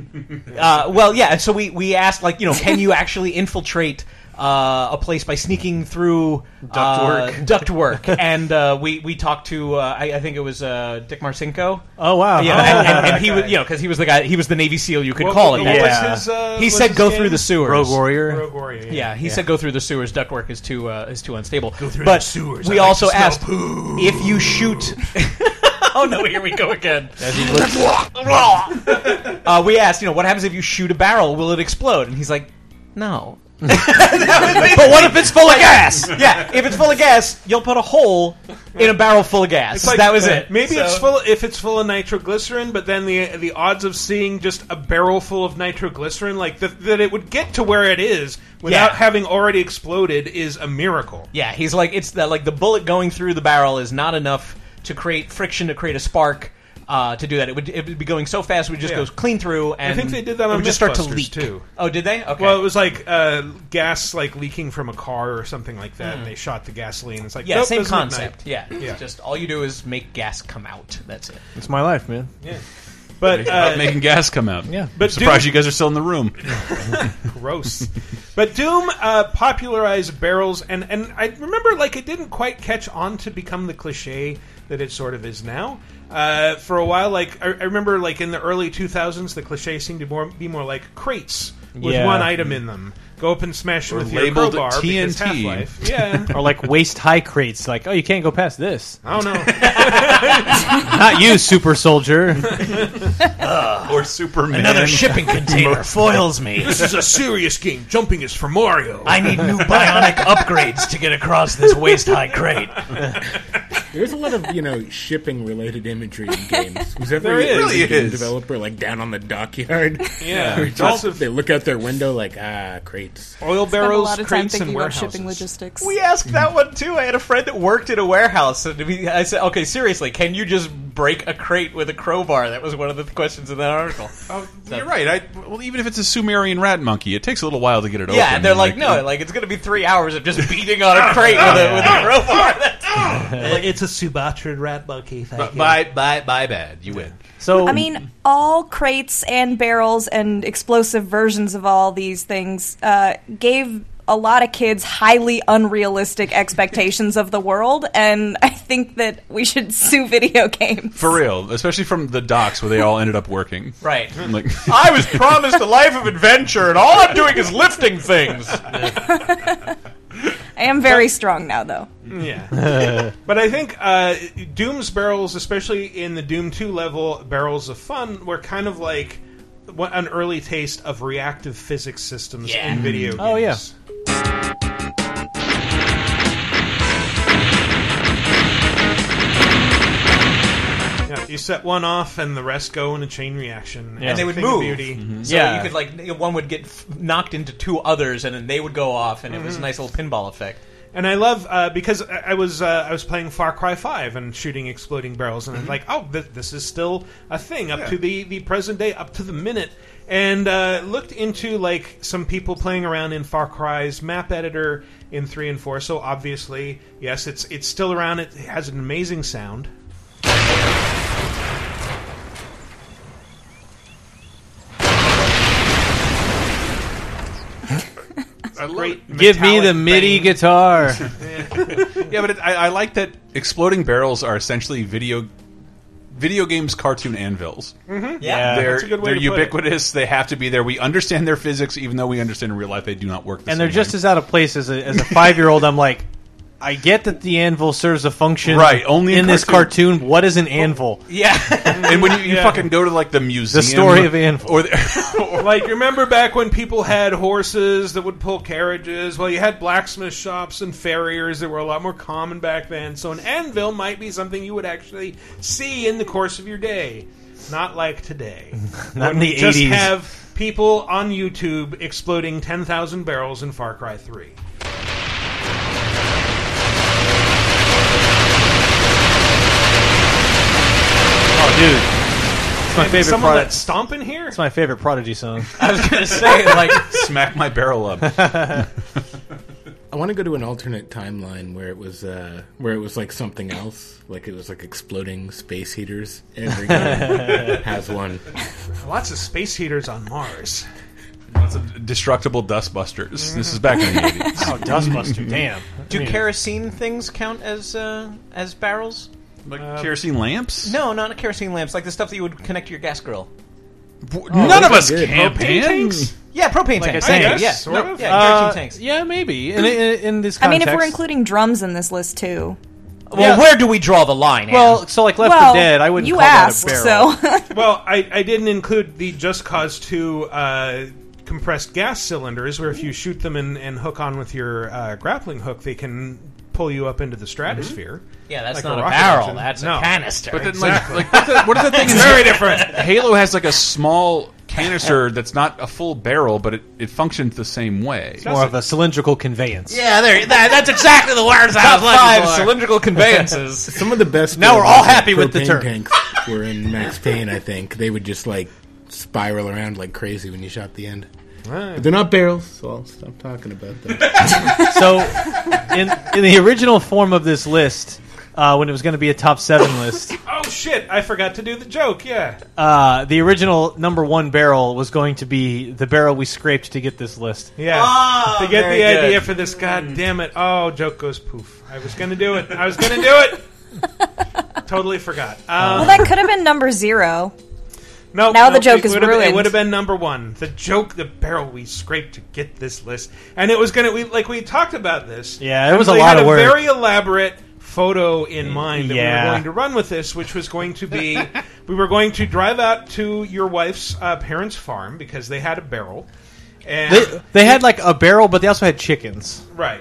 Speaker 6: Uh, well, yeah. So we we asked like, you know, can you actually infiltrate? Uh, a place by sneaking through
Speaker 3: Ductwork.
Speaker 6: uh, ductwork, and uh, we we talked to uh, I, I think it was uh, Dick Marcinko.
Speaker 3: Oh, wow.
Speaker 6: yeah,
Speaker 3: Oh,
Speaker 6: and, and, and he was you know because he was the guy he was the Navy SEAL you could
Speaker 1: What-
Speaker 6: call it.
Speaker 1: what
Speaker 6: that.
Speaker 1: was
Speaker 3: Yeah.
Speaker 1: his, uh,
Speaker 6: he
Speaker 1: what's
Speaker 6: said
Speaker 1: his
Speaker 6: go
Speaker 1: name?
Speaker 6: through the sewers.
Speaker 3: Rogue Warrior.
Speaker 1: Rogue Warrior.
Speaker 6: Yeah, he said go through the sewers. Ductwork is too uh, is too unstable. Go
Speaker 1: through
Speaker 6: but
Speaker 1: the sewers.
Speaker 6: We
Speaker 1: I like
Speaker 6: also
Speaker 1: to smell
Speaker 6: asked if you shoot. oh no! Here we go again. uh, we asked, you know, what happens if you shoot a barrel? Will it explode? And he's like, no. but what if it's full of gas? yeah, if it's full of gas, you'll put a hole in a barrel full of gas.
Speaker 1: It's like-
Speaker 6: that was it.
Speaker 1: Maybe it's
Speaker 6: So-
Speaker 1: full if it's full of nitroglycerin, but then the the odds of seeing just a barrel full of nitroglycerin, like th- that, it would get to where it is without
Speaker 6: Yeah.
Speaker 1: having already exploded, is a miracle.
Speaker 6: Yeah, he's like it's the, like the bullet going through the barrel is not enough to create friction to create a spark uh, to do that. It would it would be going so fast it would just
Speaker 1: Yeah.
Speaker 6: goes clean through. And
Speaker 1: think they did that
Speaker 6: it
Speaker 1: on
Speaker 6: would just start to
Speaker 1: Mythbusters,
Speaker 6: leak
Speaker 1: too.
Speaker 6: Oh, did they? Okay.
Speaker 1: Well, it was like uh, gas like leaking from a car or something like that. And they shot the gasoline. It's like
Speaker 6: Hmm. yeah,
Speaker 1: nope,
Speaker 6: same
Speaker 1: this is midnight.
Speaker 6: concept. Yeah, it's
Speaker 1: Yeah.
Speaker 6: just all you do is make gas come out. That's it.
Speaker 3: It's my life, man.
Speaker 1: But
Speaker 2: About
Speaker 1: uh,
Speaker 2: making gas come out.
Speaker 3: Yeah.
Speaker 2: but
Speaker 1: But
Speaker 2: surprised
Speaker 1: do-
Speaker 2: you guys are still in the room.
Speaker 1: gross. but Doom uh, popularized barrels, and and I remember like it didn't quite catch on to become the cliche that it sort of is now. Uh, for a while, like I, I remember, like in the early 2000s, the cliche seemed to more, be more like crates with
Speaker 3: Yeah.
Speaker 1: one item in them. Go up and smash them with your
Speaker 2: labeled
Speaker 1: crowbar because
Speaker 2: TNT.
Speaker 1: Half-Life. Yeah,
Speaker 3: Or like waist high crates, like oh, you can't go past this.
Speaker 1: I don't know.
Speaker 3: Not you, super soldier.
Speaker 2: Or Superman.
Speaker 6: shipping container foils me.
Speaker 1: this is a serious game. Jumping is for Mario.
Speaker 6: I need new bionic upgrades to get across this waist high crate.
Speaker 4: There's a lot of you know shipping related imagery in games. Was ever
Speaker 1: There
Speaker 4: a-
Speaker 1: is.
Speaker 4: a game
Speaker 2: Really is.
Speaker 4: developer like down on the dockyard?
Speaker 1: yeah,
Speaker 4: All-
Speaker 1: lots of
Speaker 4: they look out their window like ah crates.
Speaker 2: Oh,
Speaker 1: oil
Speaker 5: Spend a
Speaker 1: barrels,
Speaker 5: lot of time
Speaker 1: crates,
Speaker 5: thinking
Speaker 1: and
Speaker 5: about
Speaker 1: warehouses.
Speaker 5: shipping logistics.
Speaker 6: We asked that one too. I had a friend that worked at a warehouse, and we- I said, "Okay, seriously, can you just break a crate with a crowbar?" That was one of the questions in that article.
Speaker 2: Oh, you're right. I, well, even if it's a Sumerian rat monkey, it takes a little while to get it open.
Speaker 6: yeah, and they're like, "No, like it's going to be three hours of just beating on a crate with a with a crowbar."
Speaker 1: it's a Subatran rat monkey.
Speaker 2: Bye, bye, bye, bad. You win.
Speaker 3: So
Speaker 5: I mean, all crates and barrels and explosive versions of all these things uh, gave a lot of kids highly unrealistic expectations of the world, and I think that we should sue video games.
Speaker 2: For real, especially from the docks where they all ended up working.
Speaker 6: right.
Speaker 2: I'm like,
Speaker 6: I was promised a life of adventure, and all I'm doing is lifting things.
Speaker 5: I am very strong now, though.
Speaker 1: Yeah. but I think uh, Doom's barrels, especially in the Doom 2 level, barrels of fun, were kind of like what- an early taste of reactive physics systems
Speaker 6: Yeah. Mm.
Speaker 1: in video games.
Speaker 3: Oh, yeah.
Speaker 1: Yeah, you set one off, and the rest go in a chain reaction.
Speaker 3: And
Speaker 1: It's
Speaker 6: they
Speaker 1: a
Speaker 6: would
Speaker 1: thing of
Speaker 6: move.
Speaker 1: Beauty.
Speaker 2: Mm-hmm.
Speaker 6: So
Speaker 3: Yeah.
Speaker 6: you could like you know, one would get f- knocked into two others, and then they would go off, and it was a nice little pinball effect.
Speaker 1: And I love uh, because I I was uh, I was playing Far Cry Five and shooting exploding barrels, and I'm like, oh, th- this is still a thing up to the the present day, up to the minute. And uh, looked into like some people playing around in Far Cry's map editor in three and four. So obviously, yes, it's it's still around. It has an amazing sound.
Speaker 2: I love it.
Speaker 1: Great,
Speaker 3: give me the
Speaker 1: metallic
Speaker 3: MIDI
Speaker 1: bang.
Speaker 3: guitar.
Speaker 2: Yeah, but it, I, I like that exploding barrels are essentially video video games cartoon anvils.
Speaker 6: Mm-hmm. Yeah.
Speaker 2: They're,
Speaker 1: a good way
Speaker 2: they're
Speaker 1: to put it.
Speaker 2: ubiquitous. They have to be there. We understand their physics, even though we understand in real life they do not work. The
Speaker 3: and they're
Speaker 2: same
Speaker 3: just
Speaker 2: way.
Speaker 3: as out of place as a, as a five year old. I'm like, I get that the anvil serves a function,
Speaker 2: Right, only in
Speaker 3: this
Speaker 2: cartoon.
Speaker 3: cartoon. What is an anvil?
Speaker 6: Oh, Yeah.
Speaker 2: and when you, you fucking go to like the museum,
Speaker 3: story of Anvil.
Speaker 2: or the,
Speaker 1: Like, remember back when people had horses that would pull carriages? Well, you had blacksmith shops and farriers that were a lot more common back then. So an anvil might be something you would actually see in the course of your day, not like today.
Speaker 3: Not in the
Speaker 1: Just
Speaker 3: 80s.
Speaker 1: have people on YouTube exploding ten thousand barrels in Far Cry Three.
Speaker 3: oh, dude, it's my favorite.
Speaker 1: Someone
Speaker 3: Prod-
Speaker 1: let stomp in here.
Speaker 3: it's my favorite Prodigy song.
Speaker 6: I was gonna say like
Speaker 2: smack my barrel up.
Speaker 4: I want to go to an alternate timeline where it was uh, where it was like something else, like it was like exploding space heaters. Every game has one.
Speaker 1: Lots of space heaters on Mars.
Speaker 2: Lots of destructible dustbusters. This is back in the eighties.
Speaker 3: Oh, Dustbuster, damn.
Speaker 6: do kerosene things count as uh, as barrels?
Speaker 2: Like kerosene lamps.
Speaker 6: No, not kerosene lamps, like the stuff that you would connect to your gas grill.
Speaker 2: W- none of us
Speaker 4: those are good.
Speaker 2: camped
Speaker 1: Propane
Speaker 2: in.
Speaker 1: tanks?
Speaker 6: Yeah, propane tanks.
Speaker 3: tank,
Speaker 6: yeah,
Speaker 1: yes, sort
Speaker 6: no,
Speaker 1: of.
Speaker 6: yeah, kerosene
Speaker 3: Uh,
Speaker 6: tanks.
Speaker 3: yeah, maybe in, in, in this.
Speaker 5: I
Speaker 3: Context,
Speaker 5: mean, if we're including drums in this list too.
Speaker 6: Well, where do we draw the line? Ann?
Speaker 3: well, so like Left
Speaker 5: well,
Speaker 3: 4 Dead, I wouldn't
Speaker 5: you
Speaker 3: call
Speaker 5: asked,
Speaker 3: that a barrel.
Speaker 5: so
Speaker 1: Well, I, I didn't include the Just Cause 2 uh, compressed gas cylinders, where if you shoot them and, and hook on with your uh, grappling hook, they can pull you up into the stratosphere.
Speaker 6: Mm-hmm. yeah, that's
Speaker 1: like
Speaker 6: not
Speaker 1: a
Speaker 6: a,
Speaker 1: rocket
Speaker 6: barrel.
Speaker 1: engine.
Speaker 6: That's
Speaker 1: No.
Speaker 6: a canister.
Speaker 2: But then, like, like what, the, what is that thing? It's very different. Halo has like a small canister that's not a full barrel, but it, it functions the same way.
Speaker 3: More of a cylindrical conveyance.
Speaker 6: yeah, there. That, that's exactly the words I was looking five cylindrical conveyances.
Speaker 4: Some of the best.
Speaker 3: Now we're all happy with the
Speaker 4: propane
Speaker 3: term.
Speaker 4: Tanks were in Max Payne. I think they would just like spiral around like crazy when you shot the end. But they're not barrels, so I'll stop talking about them.
Speaker 3: So,
Speaker 1: Oh.
Speaker 3: in in the original form of this list, uh, when it was going to be a top seven list,
Speaker 1: Oh, shit! I forgot to do the joke, yeah.
Speaker 3: uh, the original number one barrel was going to be the barrel we scraped to get this list.
Speaker 1: Yeah.
Speaker 6: Ah,
Speaker 1: to get the idea for this,
Speaker 6: Mm-hmm.
Speaker 1: god damn it. Oh, joke goes poof. I was going to do it. I was going to do it! totally forgot. Um,
Speaker 5: well, that could have been number zero.
Speaker 1: No,
Speaker 5: Now
Speaker 1: no,
Speaker 5: the joke
Speaker 1: it
Speaker 5: is
Speaker 1: would've- It
Speaker 5: ruined.
Speaker 1: would have been number one. The joke, the barrel we scraped to get this list, and it was gonna. We like we talked about this.
Speaker 3: Yeah, it
Speaker 1: and
Speaker 3: was a
Speaker 1: they
Speaker 3: lot
Speaker 1: had
Speaker 3: of
Speaker 1: a
Speaker 3: work.
Speaker 1: Very elaborate photo in mind that we
Speaker 3: Yeah.
Speaker 1: were going to run with this, which was going to be we were going to drive out to your wife's uh, parents' farm because they had a barrel, and
Speaker 3: They, they had like a barrel, but they also had chickens.
Speaker 1: Right.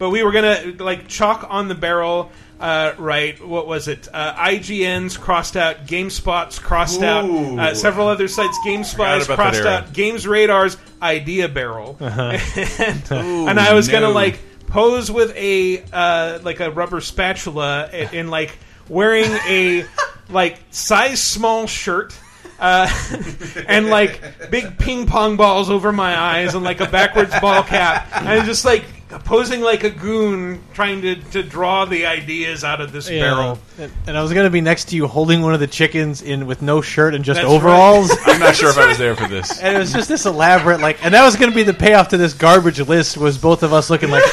Speaker 1: But we were gonna like chalk on the barrel. Uh, right, what was it? Uh, IGN's crossed out, GameSpot's crossed out, uh, several other sites. GameSpot's
Speaker 2: about that
Speaker 1: crossed
Speaker 2: era. Uh-huh.
Speaker 1: out, Games Radar's Idea Barrel, and, and I was
Speaker 2: no.
Speaker 1: gonna like pose with a uh, like a rubber spatula and, and like wearing a like size small shirt uh, and like big ping pong balls over my eyes and like a backwards ball cap and just like posing like a goon trying to, to draw the ideas out of this barrel.
Speaker 3: And, and I was going to be next to you holding one of the chickens in with no shirt and just
Speaker 1: That's
Speaker 3: overalls.
Speaker 2: I'm not sure if I was there for this.
Speaker 3: And it was just this elaborate, like, and that was going to be the payoff to this garbage list was both of us looking like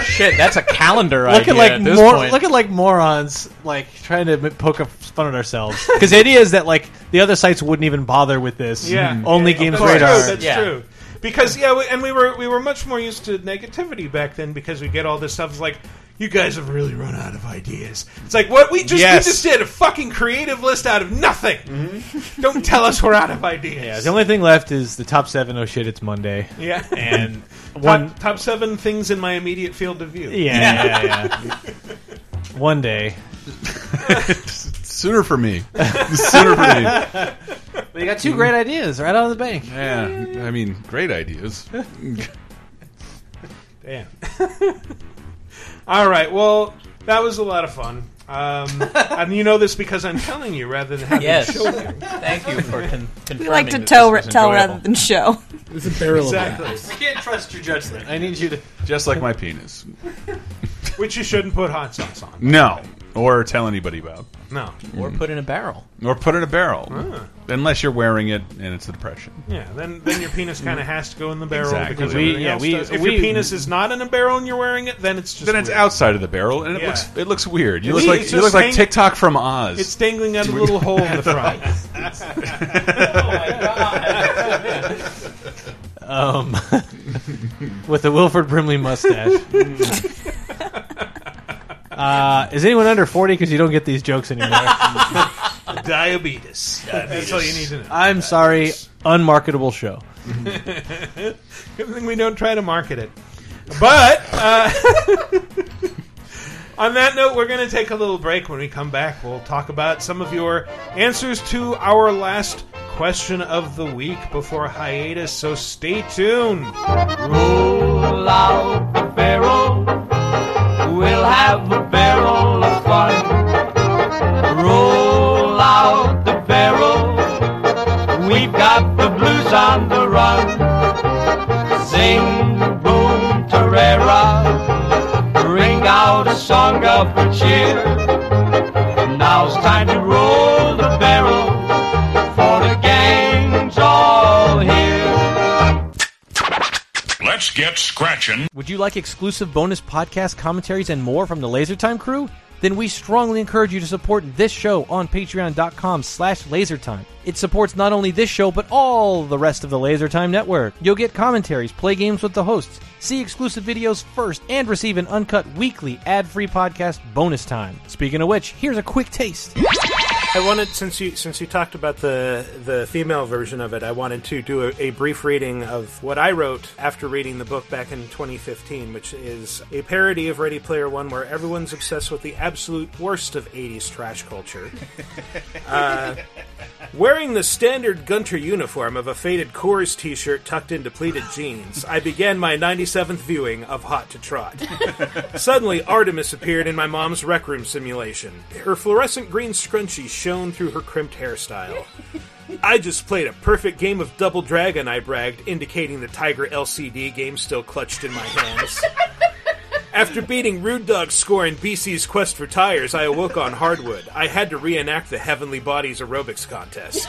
Speaker 6: Shit, that's a calendar.
Speaker 3: looking
Speaker 6: idea
Speaker 3: like
Speaker 6: at this
Speaker 3: mor-
Speaker 6: point.
Speaker 3: looking like morons, like trying to m- poke up fun at ourselves. Because the idea is that like the other sites wouldn't even bother with this.
Speaker 1: Yeah,
Speaker 3: Hmm. only
Speaker 1: Yeah,
Speaker 3: Games
Speaker 1: that's
Speaker 3: Radar.
Speaker 1: True, that's
Speaker 6: Yeah.
Speaker 1: true. Because yeah, we, and we were we were much more used to negativity back then because we get all this stuff it's like. You guys have really run out of ideas. It's like what we just
Speaker 3: Yes.
Speaker 1: we just did a fucking creative list out of nothing.
Speaker 3: Mm-hmm.
Speaker 1: Don't tell us we're out of ideas.
Speaker 3: The only thing left is the top seven. Oh shit, it's Monday.
Speaker 1: Yeah,
Speaker 3: And one,
Speaker 1: top, top seven things in my immediate field of view.
Speaker 3: yeah, yeah, yeah. one day.
Speaker 2: Sooner for me. Sooner for me.
Speaker 3: But you got two great ideas right out of the bank.
Speaker 2: Yeah, I mean, great ideas.
Speaker 1: Damn. All right. Well, that was a lot of fun. Um, and you know this because I'm telling you rather than having
Speaker 6: Yes.
Speaker 1: shown you.
Speaker 6: Thank you for con- confirming.
Speaker 5: We like to
Speaker 6: that
Speaker 5: tell,
Speaker 6: this was
Speaker 5: tell
Speaker 6: enjoyable.
Speaker 5: rather than show.
Speaker 4: It's a barrel of
Speaker 1: Exactly.
Speaker 6: We can't trust your judgment.
Speaker 3: I need you to.
Speaker 2: Just like my penis.
Speaker 1: Which you shouldn't put hot sauce on.
Speaker 2: No. or tell anybody about,
Speaker 1: No.
Speaker 6: or put in a barrel.
Speaker 2: or put in a barrel,
Speaker 1: Ah.
Speaker 2: unless you're wearing it and it's a depression.
Speaker 1: Yeah, then then your penis kind of has to go in the barrel
Speaker 2: Exactly.
Speaker 1: because
Speaker 2: We-
Speaker 1: everything
Speaker 3: yeah,
Speaker 1: else
Speaker 3: we-
Speaker 1: does. If
Speaker 3: we-
Speaker 1: your penis is not in a barrel and you're wearing it, then it's just
Speaker 2: Then it's
Speaker 1: weird.
Speaker 2: outside of the barrel, and it
Speaker 1: Yeah.
Speaker 2: looks it looks weird. You
Speaker 1: It's-
Speaker 2: look like
Speaker 1: it's
Speaker 2: you look
Speaker 1: just
Speaker 2: like
Speaker 1: hang-
Speaker 2: TikTok from Oz.
Speaker 1: It's dangling out of a little hole in the front.
Speaker 2: Oh,
Speaker 3: Um, with a Wilford Brimley mustache. uh, is anyone under 40? Because you don't get these jokes anymore.
Speaker 1: Diabetes. That's all you need to know.
Speaker 3: I'm sorry, unmarketable show.
Speaker 1: Good thing we don't try to market it. But uh, on that note, we're going to take a little break. When we come back, we'll talk about some of your answers to our last question of the week before hiatus. So stay tuned.
Speaker 8: Let's get scratching.
Speaker 6: Would you like exclusive bonus podcast commentaries and more from the Lasertime crew? Then we strongly encourage you to support this show on patreon.com slash lasertime. It supports not only this show, but all the rest of the Lasertime network. You'll get commentaries, play games with the hosts, see exclusive videos first, and receive an uncut weekly ad-free podcast bonus time. Speaking of which, here's a quick taste.
Speaker 10: I wanted since you since you talked about the the female version of it, I wanted to do a, a brief reading of what I wrote after reading the book back in 2015, which is a parody of Ready Player One, where everyone's obsessed with the absolute worst of 80s trash culture. Uh, Wearing the standard Gunter uniform of a faded Coors t shirt tucked into pleated jeans, I began my 97th viewing of Hot to Trot. Suddenly, Artemis appeared in my mom's rec room simulation. Her fluorescent green scrunchie shone through her crimped hairstyle. I just played a perfect game of Double Dragon, I bragged, indicating the Tiger LCD game still clutched in my hands. After beating Rude Dog's score in BC's Quest for Tires, I awoke on hardwood. I had to reenact the Heavenly Bodies aerobics contest.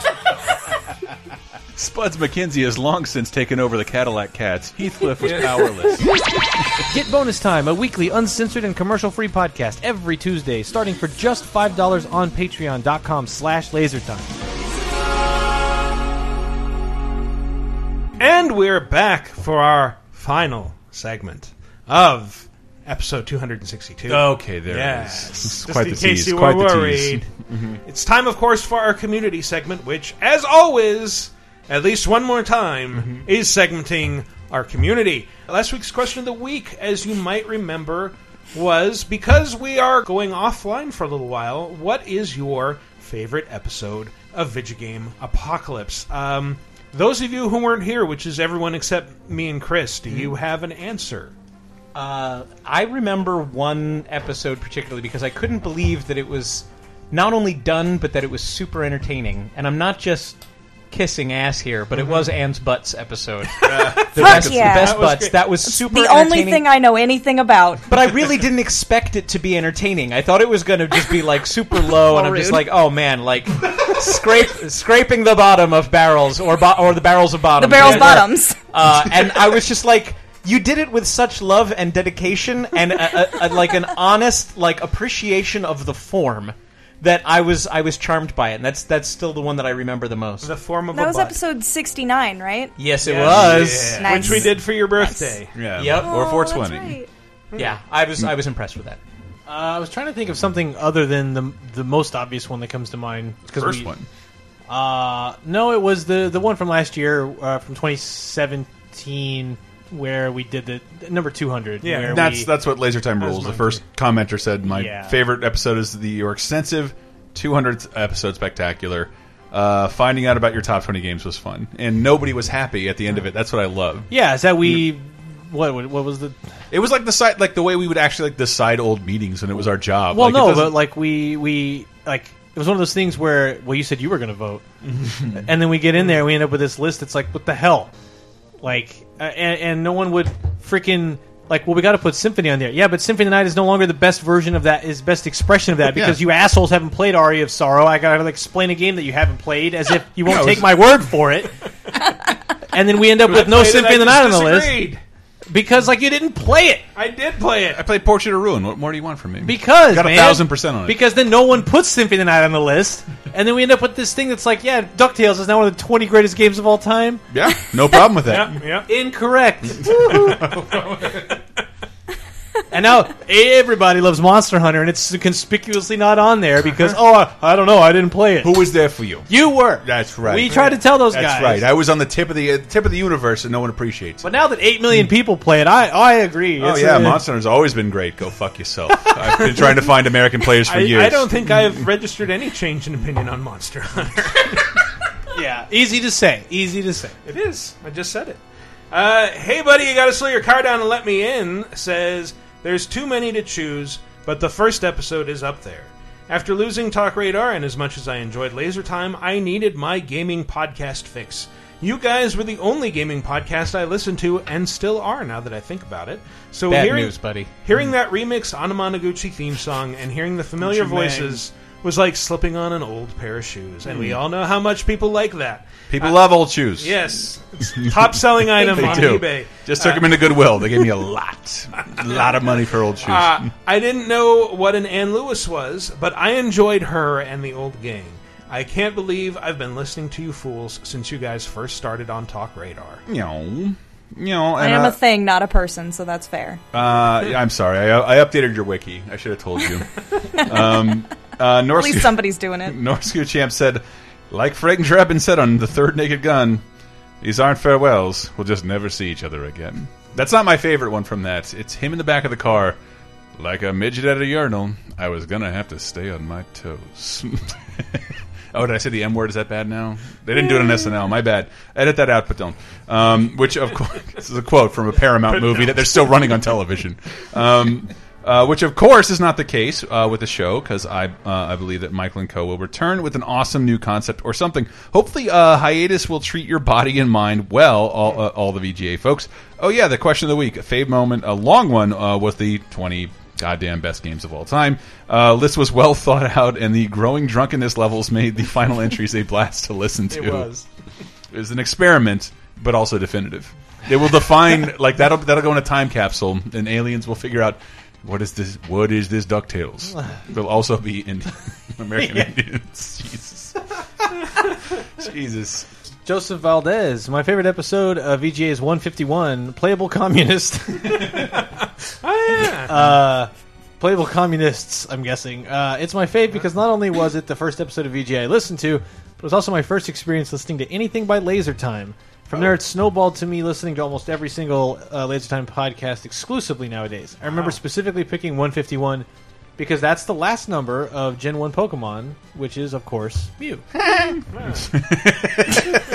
Speaker 2: Spuds McKenzie has long since taken over the Cadillac Cats. Heathcliff was powerless.
Speaker 6: Get Bonus Time, a weekly uncensored and commercial-free podcast every Tuesday, starting for just $5 on patreon.com slash lasertime.
Speaker 1: And we're back for our final segment of episode 262.
Speaker 2: okay, there it is.
Speaker 1: Yes.
Speaker 2: It's
Speaker 1: Just
Speaker 2: quite
Speaker 1: in
Speaker 2: the
Speaker 1: case
Speaker 2: tease,
Speaker 1: you
Speaker 2: quite
Speaker 1: were
Speaker 2: the tease. Mm-hmm.
Speaker 1: worried. It's time, of course, for our community segment, which, as always, at least one more time,
Speaker 2: Mm-hmm.
Speaker 1: is segmenting our community. Last week's question of the week, as you might remember, was because we are going offline for a little while, what is your favorite episode of Video Game Apocalypse? Um, those of you who weren't here, which is everyone except me and Chris, do
Speaker 3: Mm-hmm.
Speaker 1: you have an answer?
Speaker 6: Uh, I remember one episode particularly because I couldn't believe that it was not only done, but that it was super entertaining. And I'm not just kissing ass here, but it was Anne's Butts episode. the best,
Speaker 5: yeah.
Speaker 6: the best
Speaker 1: was
Speaker 6: butts.
Speaker 1: great.
Speaker 6: Mm-hmm. That was super
Speaker 5: The only
Speaker 6: entertaining.
Speaker 5: thing I know anything about.
Speaker 6: But I really didn't expect it to be entertaining. I thought it was going to just be like super low, and I'm just
Speaker 5: rude.
Speaker 6: like, oh man, like scrape scraping the bottom of barrels or bo- or the barrels of bottoms.
Speaker 5: The barrel's
Speaker 6: Yeah.
Speaker 5: bottoms.
Speaker 6: Uh, and I was just like, you did it with such love and dedication, and a, a, a, like an honest like appreciation of the form that I was I was charmed by it. And that's that's still the one that I remember the most.
Speaker 1: The form of
Speaker 5: That
Speaker 1: a
Speaker 5: was
Speaker 1: butt.
Speaker 5: episode 69, right?
Speaker 6: yes, it was.
Speaker 5: Nice.
Speaker 1: Which we did for your birthday.
Speaker 2: Yeah.
Speaker 6: Yep.
Speaker 2: Or
Speaker 5: Oh, that's
Speaker 2: 420.
Speaker 5: right.
Speaker 6: Yeah, I was I was impressed with that.
Speaker 3: Uh, I was trying to think of something other than the the most obvious one that comes to mind. 'cause
Speaker 2: First
Speaker 3: we-
Speaker 2: one.
Speaker 3: Uh, no, it was the the one from last year, uh, from 2017, where we did the number 200.
Speaker 1: Yeah.
Speaker 3: where
Speaker 2: That's
Speaker 3: we-
Speaker 2: that's what Laser Time rules. The first commenter said my
Speaker 3: Yeah.
Speaker 2: favorite episode is the your extensive 200th episode spectacular. Uh, finding out about your top 20 games was fun, and nobody was happy at the end of it. That's what I love.
Speaker 3: yeah. Is that we? What what what was the?
Speaker 2: It was like the side, like the way we would actually like decide old meetings, and it was our job.
Speaker 3: Well,
Speaker 2: Like, it
Speaker 3: no,
Speaker 2: doesn't-
Speaker 3: but like we we like it was one of those things where well, you said you were going to vote, Hmm. and then we get in there, and we end up with this list. It's like what the hell, like, uh, and, and no one would freaking like, well, we got to put Symphony on there. Yeah, but Symphony of the Night is no longer the best version of that, is best expression of that because
Speaker 11: Yeah.
Speaker 3: you assholes haven't played Aria of Sorrow. I got to like, explain a game that you haven't played as if you won't
Speaker 11: No, it
Speaker 3: take
Speaker 11: was-
Speaker 3: my word for it. and then we end up with no Symphony of the Night on the list because like you didn't play it.
Speaker 1: I did play it.
Speaker 11: I played Portrait of Ruin. What more do you want from me?
Speaker 3: Because
Speaker 11: got a
Speaker 3: man,
Speaker 11: thousand percent on it.
Speaker 3: Because then no one puts Symphony of the Night on the list, and then we end up with this thing that's like, yeah, Ducktales is now one of the twenty greatest games of all time.
Speaker 11: yeah, no problem with that.
Speaker 1: Yeah.
Speaker 3: Incorrect. Woohoo. and now everybody loves Monster Hunter, and it's conspicuously not on there because oh,
Speaker 1: Uh-huh.
Speaker 3: I, I don't know, I didn't play it.
Speaker 2: Who was there for you?
Speaker 3: You were.
Speaker 2: That's right.
Speaker 3: We tried to tell those
Speaker 2: That's
Speaker 3: guys.
Speaker 2: right. I was on the tip of the uh, tip of the universe, and no one appreciates. it.
Speaker 3: But now that eight million people play it, I I agree.
Speaker 2: Oh
Speaker 3: It's
Speaker 2: yeah,
Speaker 3: a-
Speaker 2: Monster Hunter's always been great. Go fuck yourself. I've been trying to find American players for
Speaker 1: I,
Speaker 2: years.
Speaker 1: I don't think I've registered any change in opinion on Monster Hunter.
Speaker 3: yeah, easy to say, easy to say.
Speaker 1: It is. I just said it. Uh, hey, buddy, you got to slow your car down and let me in. Says there's too many to choose, but the first episode is up there. After losing Talk Radar, and as much as I enjoyed Laser Time, I needed my gaming podcast fix. You guys were the only gaming podcast I listened to, and still are now that I think about it. So
Speaker 6: Bad
Speaker 1: hearing,
Speaker 6: news, buddy.
Speaker 1: Hearing that remixed Anamanaguchi theme song and hearing the familiar voices was like slipping on an old pair of shoes, and we all know how much people like that.
Speaker 2: People love old shoes.
Speaker 1: Yes, It's top selling item
Speaker 2: they
Speaker 1: uh, on
Speaker 2: do.
Speaker 1: eBay.
Speaker 2: Just took them into Goodwill. They gave me a lot, a lot of money for old shoes.
Speaker 1: Uh, I didn't know what an Ann Lewis was, but I enjoyed her and the old gang. I can't believe I've been listening to you fools since you guys first started on Talk Radar.
Speaker 2: you know, you know.
Speaker 5: I
Speaker 2: And,
Speaker 5: am
Speaker 2: uh,
Speaker 5: a thing, not a person, so that's fair.
Speaker 2: Uh, yeah, I'm sorry. I, I updated your wiki. I should have told you. um, uh,
Speaker 5: At
Speaker 2: Norse,
Speaker 5: least somebody's doing it.
Speaker 2: Norsku Champ said, like Frank Drabin said on the third Naked Gun, these aren't farewells. We'll just never see each other again. That's not my favorite one from that. It's him in the back of the car, like a midget at a urinal. I was gonna have to stay on my toes. oh, did I say the M word? Is that bad now? They didn't do it on SNL. My bad. Edit that out, but don't. Um, which of course this is a quote from a Paramount movie that they're still running on television. Um, uh, which of course is not the case uh, with the show because I uh, I believe that Michael and Co will return with an awesome new concept or something. Hopefully, uh, hiatus will treat your body and mind well. All uh, all the VGA folks. Oh yeah, the question of the week, a fave moment, a long one uh, was the twenty. Goddamn best games of all time. Uh, list was well thought out, and the growing drunkenness levels made the final entries a blast to listen to.
Speaker 1: It was.
Speaker 2: It was an experiment, but also definitive. It will define like that'll that'll go in a time capsule, and aliens will figure out what is this. What is this Ducktales? They'll also be in American Indians. Jesus, Jesus.
Speaker 3: Joseph Valdez, my favorite episode of E VGA is 151, Playable Communist. uh, playable Communists, I'm guessing. Uh, it's my fave because not only was it the first episode of VGA I listened to, but it was also my first experience listening to anything by Laser Time. From there, it snowballed to me listening to almost every single uh, Laser Time podcast exclusively nowadays. I remember specifically picking 151 because that's the last number of Gen 1 Pokemon, which is, of course, Mew.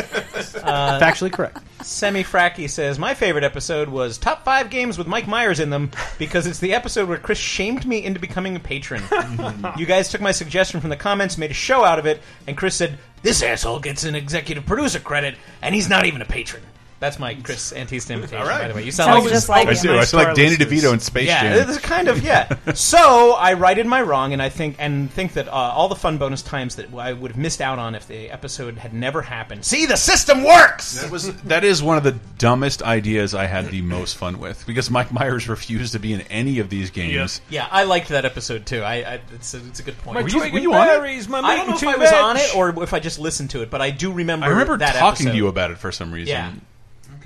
Speaker 3: Factually correct.
Speaker 6: Semi Fracky says, My favorite episode was Top 5 Games with Mike Myers in them because it's the episode where Chris shamed me into becoming a patron. you guys took my suggestion from the comments, made a show out of it, and Chris said, This asshole gets an executive producer credit, and he's not even a patron. That's my Chris Antista imitation, by the way. You sound
Speaker 5: Sounds
Speaker 6: like
Speaker 5: just like
Speaker 2: I
Speaker 5: him.
Speaker 2: do. I feel like Danny DeVito in Space
Speaker 6: yeah,
Speaker 2: Jam.
Speaker 6: it's kind of yeah. so I righted my wrong, and I think and think that uh, all the fun bonus times that I would have missed out on if the episode had never happened. See, the system works.
Speaker 2: That was that is one of the dumbest ideas I had the most fun with because Mike Myers refused to be in any of these games.
Speaker 6: Yeah, I liked that episode too. I, I it's, a, it's a good point.
Speaker 1: My
Speaker 2: Were you-
Speaker 1: twig
Speaker 2: were
Speaker 1: and
Speaker 2: you on it?
Speaker 1: berries, my
Speaker 6: I don't
Speaker 1: meat
Speaker 6: know if
Speaker 1: and
Speaker 6: I
Speaker 1: two
Speaker 6: was on
Speaker 1: veg.
Speaker 6: it or if I just listened to it, but I do remember.
Speaker 2: I remember
Speaker 6: that
Speaker 2: talking to
Speaker 6: episode.
Speaker 2: you about it for some reason.
Speaker 6: Yeah.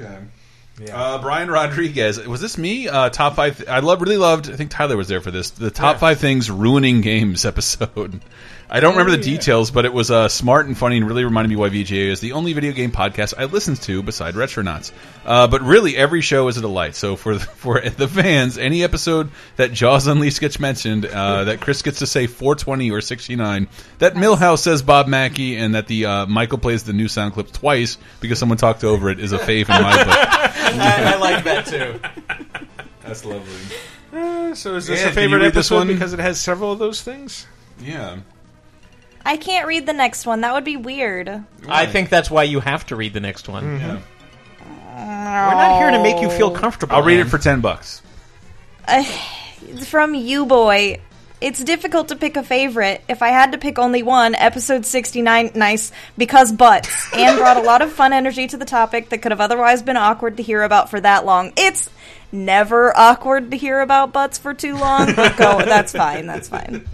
Speaker 2: Okay. Uh, Brian Rodriguez, was this me? Uh, top five. I love, really loved. I think Tyler was there for this. The top five things ruining games episode. I don't remember the details, but it was uh, smart and funny, and really reminded me why VGA is the only video game podcast I listen to beside Retronauts. Uh, but really, every show is a delight. So for the, for the fans, any episode that Jaws Unleashed gets mentioned, uh, that Chris gets to say 420 or 69, that Millhouse says Bob Mackey, and that the uh, Michael plays the new sound clip twice because someone talked over it is a fave in my book.
Speaker 6: I, I like that too.
Speaker 2: That's lovely.
Speaker 1: Uh, So is this
Speaker 2: Yeah,
Speaker 1: a
Speaker 2: can you
Speaker 1: favorite
Speaker 2: read this
Speaker 1: episode
Speaker 2: one?
Speaker 1: because it has several of those things?
Speaker 2: Yeah.
Speaker 5: I can't read the next one. That would be weird.
Speaker 6: I think that's why you have to read
Speaker 1: Mm-hmm.
Speaker 6: the next one. We're not here to make you feel comfortable.
Speaker 1: Oh.
Speaker 2: I'll read it
Speaker 6: man.
Speaker 2: for ten bucks.
Speaker 5: uh, from you boy. It's difficult to pick a favorite. If I had to pick only one, episode 69, nice, because butts. Anne brought a lot of fun energy to the topic that could have otherwise been awkward to hear about for that long. It's never awkward to hear about butts for too long, but go, that's fine, that's fine.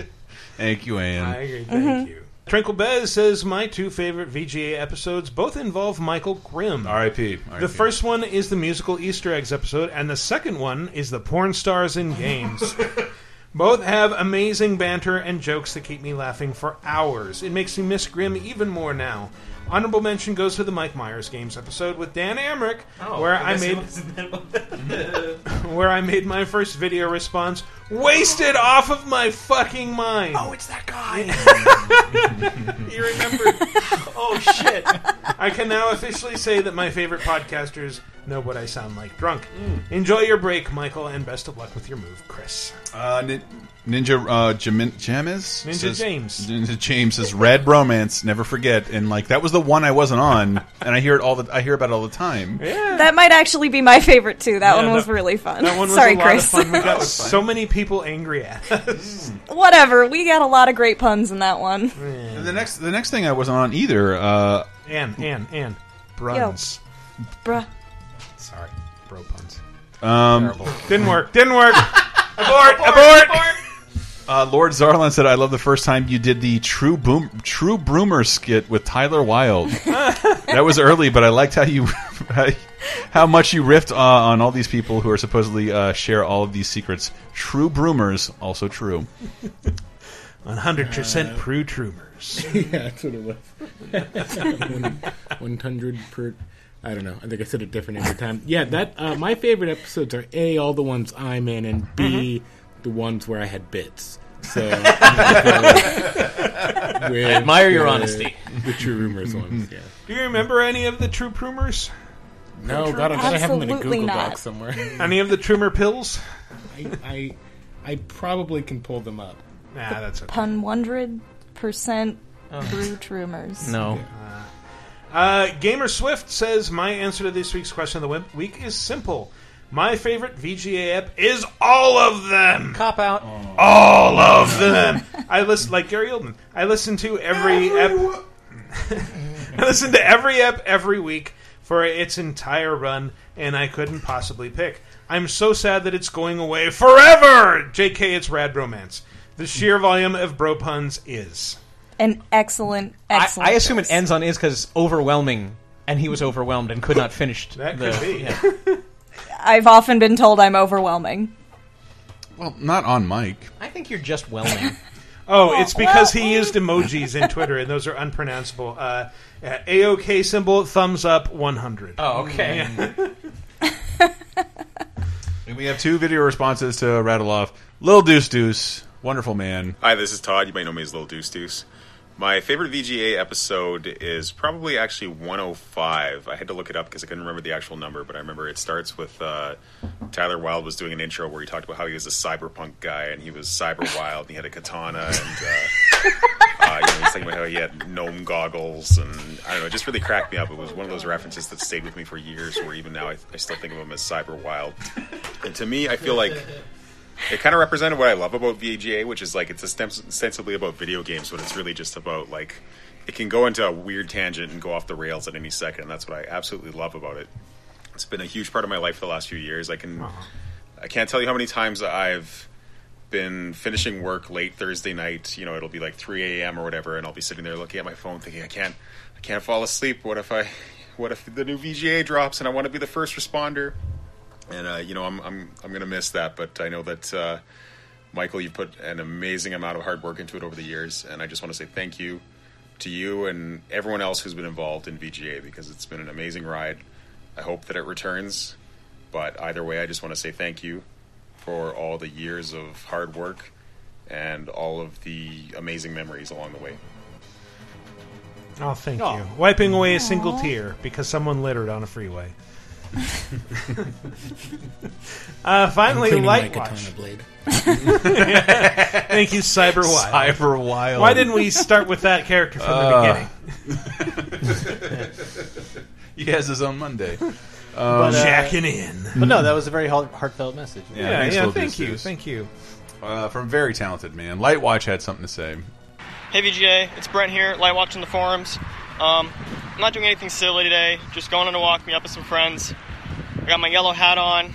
Speaker 12: Thank you, Anne.
Speaker 1: I agree. Thank
Speaker 5: Mhm.
Speaker 1: you. Tranquil Bez says my two favorite VGA episodes both involve Michael Grimm.
Speaker 12: R.I.P.
Speaker 1: The first one is the musical Easter eggs episode, and the second one is the porn stars in games. both have amazing banter and jokes that keep me laughing for hours. It makes me miss Grimm even more now. Honorable mention goes to the Mike Myers games episode with Dan Amrick, Oh, where I, made where I made my first video response wasted off of my fucking mind. Oh,
Speaker 9: it's that guy.
Speaker 1: you remember? oh shit! I can now officially say that my favorite podcasters know what I sound like drunk. Enjoy your break, Michael, and best of luck with your move, Chris.
Speaker 12: Uh, nin- Ninja uh, Jamin- Jamis?
Speaker 1: Ninja
Speaker 12: says-
Speaker 1: James.
Speaker 12: Ninja James says, "Red romance, never forget." And like that was the one I wasn't on, and I hear it all the I hear about it all the time.
Speaker 5: That might actually be my favorite too. That
Speaker 12: Yeah,
Speaker 5: one was
Speaker 12: that-
Speaker 5: really fun.
Speaker 1: That one was
Speaker 5: Sorry,
Speaker 1: a lot
Speaker 5: Chris.
Speaker 1: of fun. We got
Speaker 12: was fun.
Speaker 1: so many people angry at us.
Speaker 5: Whatever. We got a lot of great puns in that one.
Speaker 12: And the next the next thing I wasn't on either. Uh,
Speaker 1: Anne, Anne, Anne. Bruns.
Speaker 5: Bruh.
Speaker 1: Sorry. Bro puns.
Speaker 12: um,
Speaker 1: Didn't work. Didn't work. abort, abort.
Speaker 12: uh, Lord Zarlan said, "I love the first time you did the True Boom True Broomer skit with Tyler Wilde. that was early, but I liked how you." How much you riffed uh, on all these people who are supposedly uh, share all of these secrets? True Broomers, also true.
Speaker 1: 100% Prue Troomers.
Speaker 4: Uh, yeah, that's what it was. One hundred per. I don't know. I think I said it different every time. Yeah, that uh, my favorite episodes are a all the ones I'm in, and b
Speaker 6: Mm-hmm.
Speaker 4: the ones where I had bits. So I
Speaker 6: admire your honesty.
Speaker 4: The true rumors ones. Yeah.
Speaker 1: Do you remember any of the True Troomers?
Speaker 4: No,
Speaker 1: True
Speaker 4: God, I'm gonna have them in a
Speaker 5: Absolutely
Speaker 4: Google
Speaker 5: not.
Speaker 4: Doc somewhere.
Speaker 1: Any of the Troomer pills?
Speaker 4: I, I, I probably can pull them up.
Speaker 1: Nah, that's okay.
Speaker 5: Pun 100%
Speaker 1: Oh.
Speaker 5: Brew Troomers.
Speaker 6: No.
Speaker 1: Uh, Gamer Swift says my answer to this week's question of the web- week is simple. My favorite VGA app is all of them. Oh.
Speaker 6: Cop out.
Speaker 1: All of them. I listen like Gary Oldman. I listen to every ep- I listen to every ep every week for its entire run, and I couldn't possibly pick. I'm so sad that it's going away forever. JK, it's rad romance. The sheer volume of bro puns is.
Speaker 5: An excellent,
Speaker 6: I,
Speaker 5: excellent.
Speaker 6: I assume
Speaker 5: choice.
Speaker 6: it ends on is because overwhelming, and he was overwhelmed and could not finish.
Speaker 1: That
Speaker 6: the-
Speaker 1: could be.
Speaker 6: yeah.
Speaker 5: I've often been told I'm overwhelming.
Speaker 12: Well, not on mic.
Speaker 6: I think you're just whelming.
Speaker 1: Oh, it's because he used emojis in Twitter, and those are unpronounceable. Uh, uh, AOK symbol, thumbs up, 100.
Speaker 6: oh, okay.
Speaker 12: We have two video responses to rattle off. Lil Deuce Deuce, wonderful man.
Speaker 11: Hi, this is Todd. You might know me as Little Deuce Deuce. My favorite VGA episode is probably actually 105. I had to look it up because I couldn't remember the actual number, but I remember it starts with uh, Tyler Wilde was doing an intro where he talked about how he was a cyberpunk guy and he was cyber wild and he had a katana and. Uh, uh, you know, he's talking about how he had gnome goggles, and I don't know, it just really cracked me up. It was one of those references that stayed with me for years, where even now I, I still think of him as Cyber Wild. And to me, I feel like it kind of represented what I love about VGA, which is like it's ostens- ostensibly about video games, but it's really just about like it can go into a weird tangent and go off the rails at any second. And that's what I absolutely love about it. It's been a huge part of my life for the last few years. I can, I can't tell you how many times I've been finishing work late Thursday night. You know, it'll be like 3 a.m. or whatever, and I'll be sitting there looking at my phone, thinking, I can't, I can't fall asleep. What if I, what if the new VGA drops and I want to be the first responder? And uh, you know, I'm, I'm, I'm gonna miss that, but I know that. Uh, Michael, you've put an amazing amount of hard work into it over the years, and I just want to say thank you to you and everyone else who's been involved in VGA because it's been an amazing ride. I hope that it returns, but either way, I just want to say thank you for all the years of hard work and all of the amazing memories along the way.
Speaker 1: Oh, thank you. Wiping away a single tear because someone littered on a freeway. uh, finally,
Speaker 4: cleaning my
Speaker 1: Lightwatch.
Speaker 4: katana blade.
Speaker 1: Thank you, Cyber Wild.
Speaker 12: Cyber Wild.
Speaker 1: Why didn't we start with that character from the
Speaker 12: Uh.
Speaker 1: beginning?
Speaker 12: He has his own Monday. Um,
Speaker 3: But, uh,
Speaker 1: Jacking in.
Speaker 3: But no, that was a very heart- heartfelt message.
Speaker 12: Yeah, thanks, Little Deuce Deuce.
Speaker 1: you.
Speaker 12: Uh, from very talented man. Lightwatch had something to say.
Speaker 13: Hey VGA, it's Brent here, light watching the forums. Um, I'm not doing anything silly today, just going on a walk, meet up with some friends. I got my yellow hat on,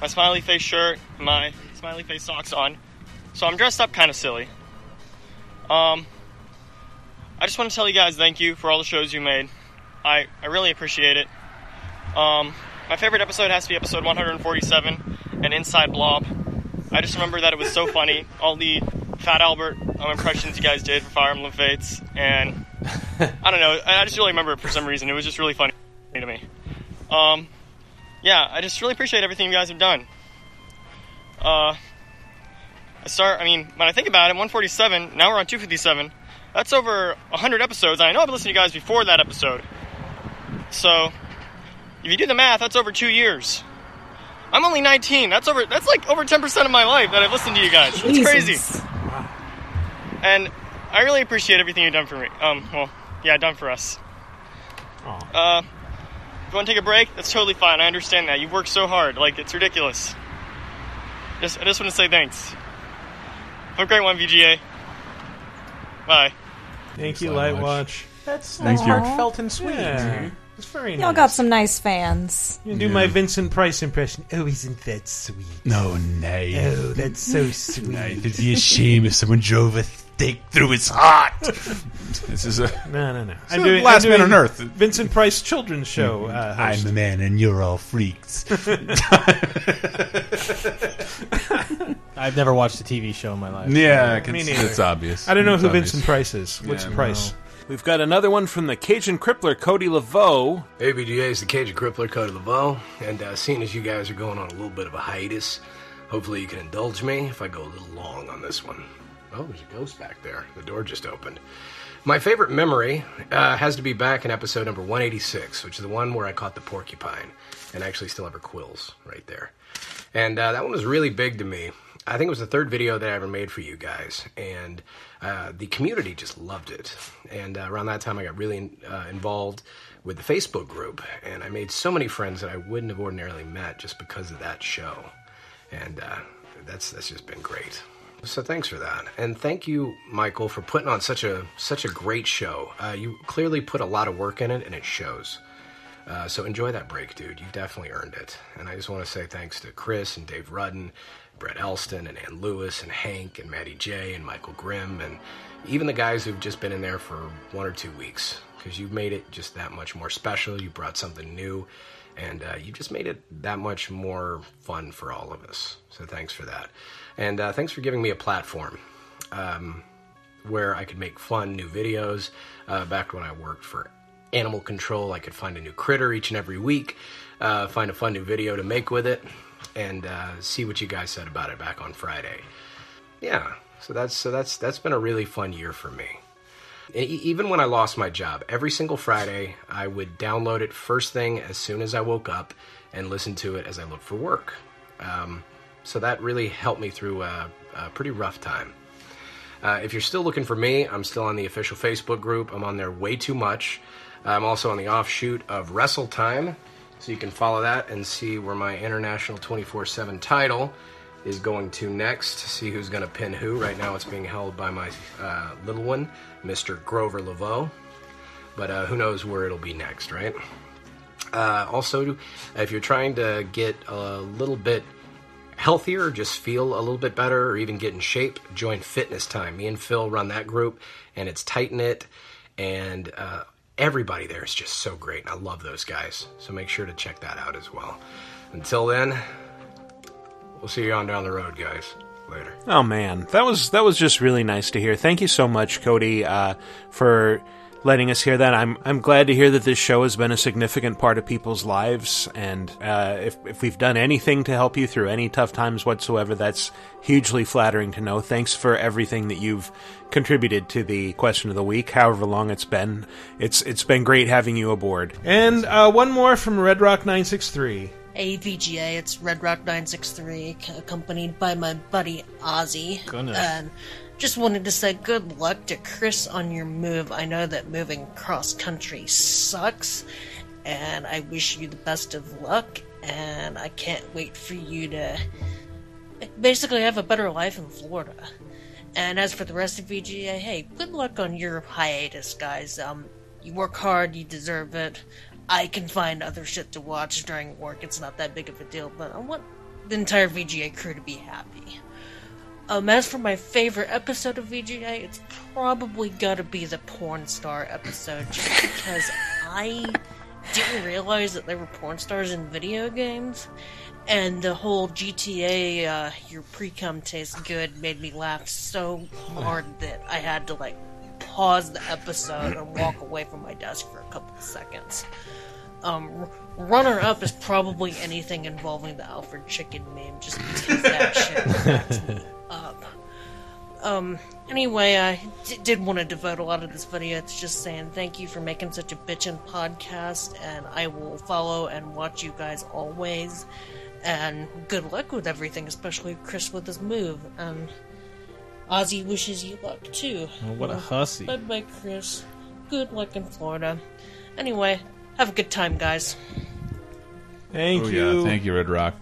Speaker 13: my smiley face shirt, and my smiley face socks on. So I'm dressed up kind of silly. Um, I just want to tell you guys thank you for all the shows you made. I, I really appreciate it. Um, my favorite episode has to be episode 147, an inside blob. I just remember that it was so funny. All the Fat Albert um, impressions you guys did for Fire Emblem Fates, and I don't know. I I just really remember it for some reason. It was just really funny to me. Um, yeah, I just really appreciate everything you guys have done. Uh, I start. I mean, when I think about it, 147. Now we're on 257. That's over 100 episodes. I know I've listened to you guys before that episode. So, if you do the math, that's over two years. I'm only 19. That's over. That's like over 10% of my life that I've listened to you guys. It's
Speaker 9: Jesus.
Speaker 13: crazy. And I really appreciate everything you've done for me. Um, well, yeah, done for us. Uh, if you want to take a break, that's totally fine. I understand that. You've worked so hard. Like, it's ridiculous. Just, I just want to say thanks. Have a great one, VGA. Bye.
Speaker 1: Thank you, Lightwatch.
Speaker 6: That's,
Speaker 5: Thank
Speaker 6: that's
Speaker 5: you.
Speaker 6: heartfelt and sweet.
Speaker 1: Yeah. It's very
Speaker 5: Y'all got some nice fans.
Speaker 1: You do my Vincent Price impression. Oh, isn't that sweet?
Speaker 14: No, nay.
Speaker 1: Oh, that's so sweet.
Speaker 14: Nay, it'd be a shame if someone drove a stake through his heart.
Speaker 12: This is a
Speaker 1: no, no, no.
Speaker 12: This is the last man on earth.
Speaker 1: Vincent Price Children's Show.
Speaker 2: Mm-hmm.
Speaker 1: Uh,
Speaker 14: I'm a man, and you're all freaks.
Speaker 3: I've never watched a TV show in my life.
Speaker 12: Yeah, I can Me see- neither. it's obvious.
Speaker 1: I don't know
Speaker 12: It's
Speaker 1: who
Speaker 12: obvious.
Speaker 1: Vincent Price is. What's
Speaker 12: Yeah,
Speaker 1: the price?
Speaker 10: We've got another one from the Cajun Crippler, Cody Laveau.
Speaker 15: Hey, BGA, it's the Cajun Crippler, Cody Laveau, and uh, seeing as you guys are going on a little bit of a hiatus, hopefully you can indulge me if I go a little long on this one. Oh, there's a ghost back there. The door just opened. My favorite memory uh, has to be back in episode number 186, which is the one where I caught the porcupine, and I actually still have her quills right there. And uh, that one was really big to me. I think it was the third video that I ever made for you guys, and uh, the community just loved it. And uh, around that time, I got really uh, involved with the Facebook group, and I made so many friends that I wouldn't have ordinarily met just because of that show. And uh, that's that's just been great. So thanks for that, and thank you, Michael, for putting on such a such a great show. Uh, you clearly put a lot of work in it, and it shows. Uh, so enjoy that break, dude. You definitely earned it. And I just want to say thanks to Chris and Dave Rudden, Brett Elston and Ann Lewis and Hank and Maddie J and Michael Grimm and even the guys who've just been in there for one or two weeks because you've made it just that much more special. You brought something new and uh, you just made it that much more fun for all of us. So thanks for that. And uh, thanks for giving me a platform. Um, where I could make fun new videos. Uh, back when I worked for Animal Control, I could find a new critter each and every week, uh, find a fun new video to make with it, and uh, see what you guys said about it back on Friday. Yeah, so that's so that's that's been a really fun year for me. E- even when I lost my job, every single Friday I would download it first thing as soon as I woke up and listen to it as I looked for work. Um, so that really helped me through a, a pretty rough time. Uh, if you're still looking for me, I'm still on the official Facebook group. I'm on there way too much. I'm also on the offshoot of Wrestle Time, so you can follow that and see where my international 24 7 title is going to next. See who's going to pin who. Right now, it's being held by my uh, little one, Mr. Grover Laveau. But uh, who knows where it'll be next, right? Uh, also, if you're trying to get a little bit healthier, just feel a little bit better, or even get in shape, join Fitness Time. Me and Phil run that group, and it's tight knit, and uh, everybody there is just so great. And I love those guys. So make sure to check that out as well. Until then, we'll see you on down the road, guys. Later.
Speaker 10: Oh man, that was that was just really nice to hear. Thank you so much, Cody, uh, for letting us hear that. I'm I'm glad to hear that this show has been a significant part of people's lives, and uh, if if we've done anything to help you through any tough times whatsoever, that's hugely flattering to know. Thanks for everything that you've contributed to the question of the week, however long it's been. It's it's been great having you aboard.
Speaker 1: And uh, one more from Red Rock Nine Six Three.
Speaker 16: Hey VGA, it's Red Rock 963, c- accompanied by my buddy Ozzy.
Speaker 1: Goodness.
Speaker 16: And just wanted to say good luck to Chris on your move. I know that moving cross country sucks, and I wish you the best of luck. And I can't wait for you to basically have a better life in Florida. And as for the rest of VGA, hey, good luck on your hiatus, guys. Um, you work hard, you deserve it. I can find other shit to watch during work. It's not that big of a deal, but I want the entire VGA crew to be happy. Um, as for my favorite episode of VGA, it's probably gotta be the porn star episode, just because I didn't realize that there were porn stars in video games, and the whole GTA, uh, your pre cum tastes good, made me laugh so hard that I had to like pause the episode and walk away from my desk for a couple of seconds. Um, runner up is probably anything involving the Alfred Chicken meme. Just because that shit cracks me up. Um, anyway, I d- did want to devote a lot of this video to just saying thank you for making such a bitchin' podcast, and I will follow and watch you guys always. And good luck with everything, especially Chris with his move. And Ozzy wishes you luck too.
Speaker 3: Oh, what a hussy.
Speaker 16: Bye bye, Chris. Good luck in Florida. Anyway, have a good time, guys.
Speaker 1: Thank
Speaker 12: Oh,
Speaker 1: you.
Speaker 12: Yeah, thank you, Red Rock.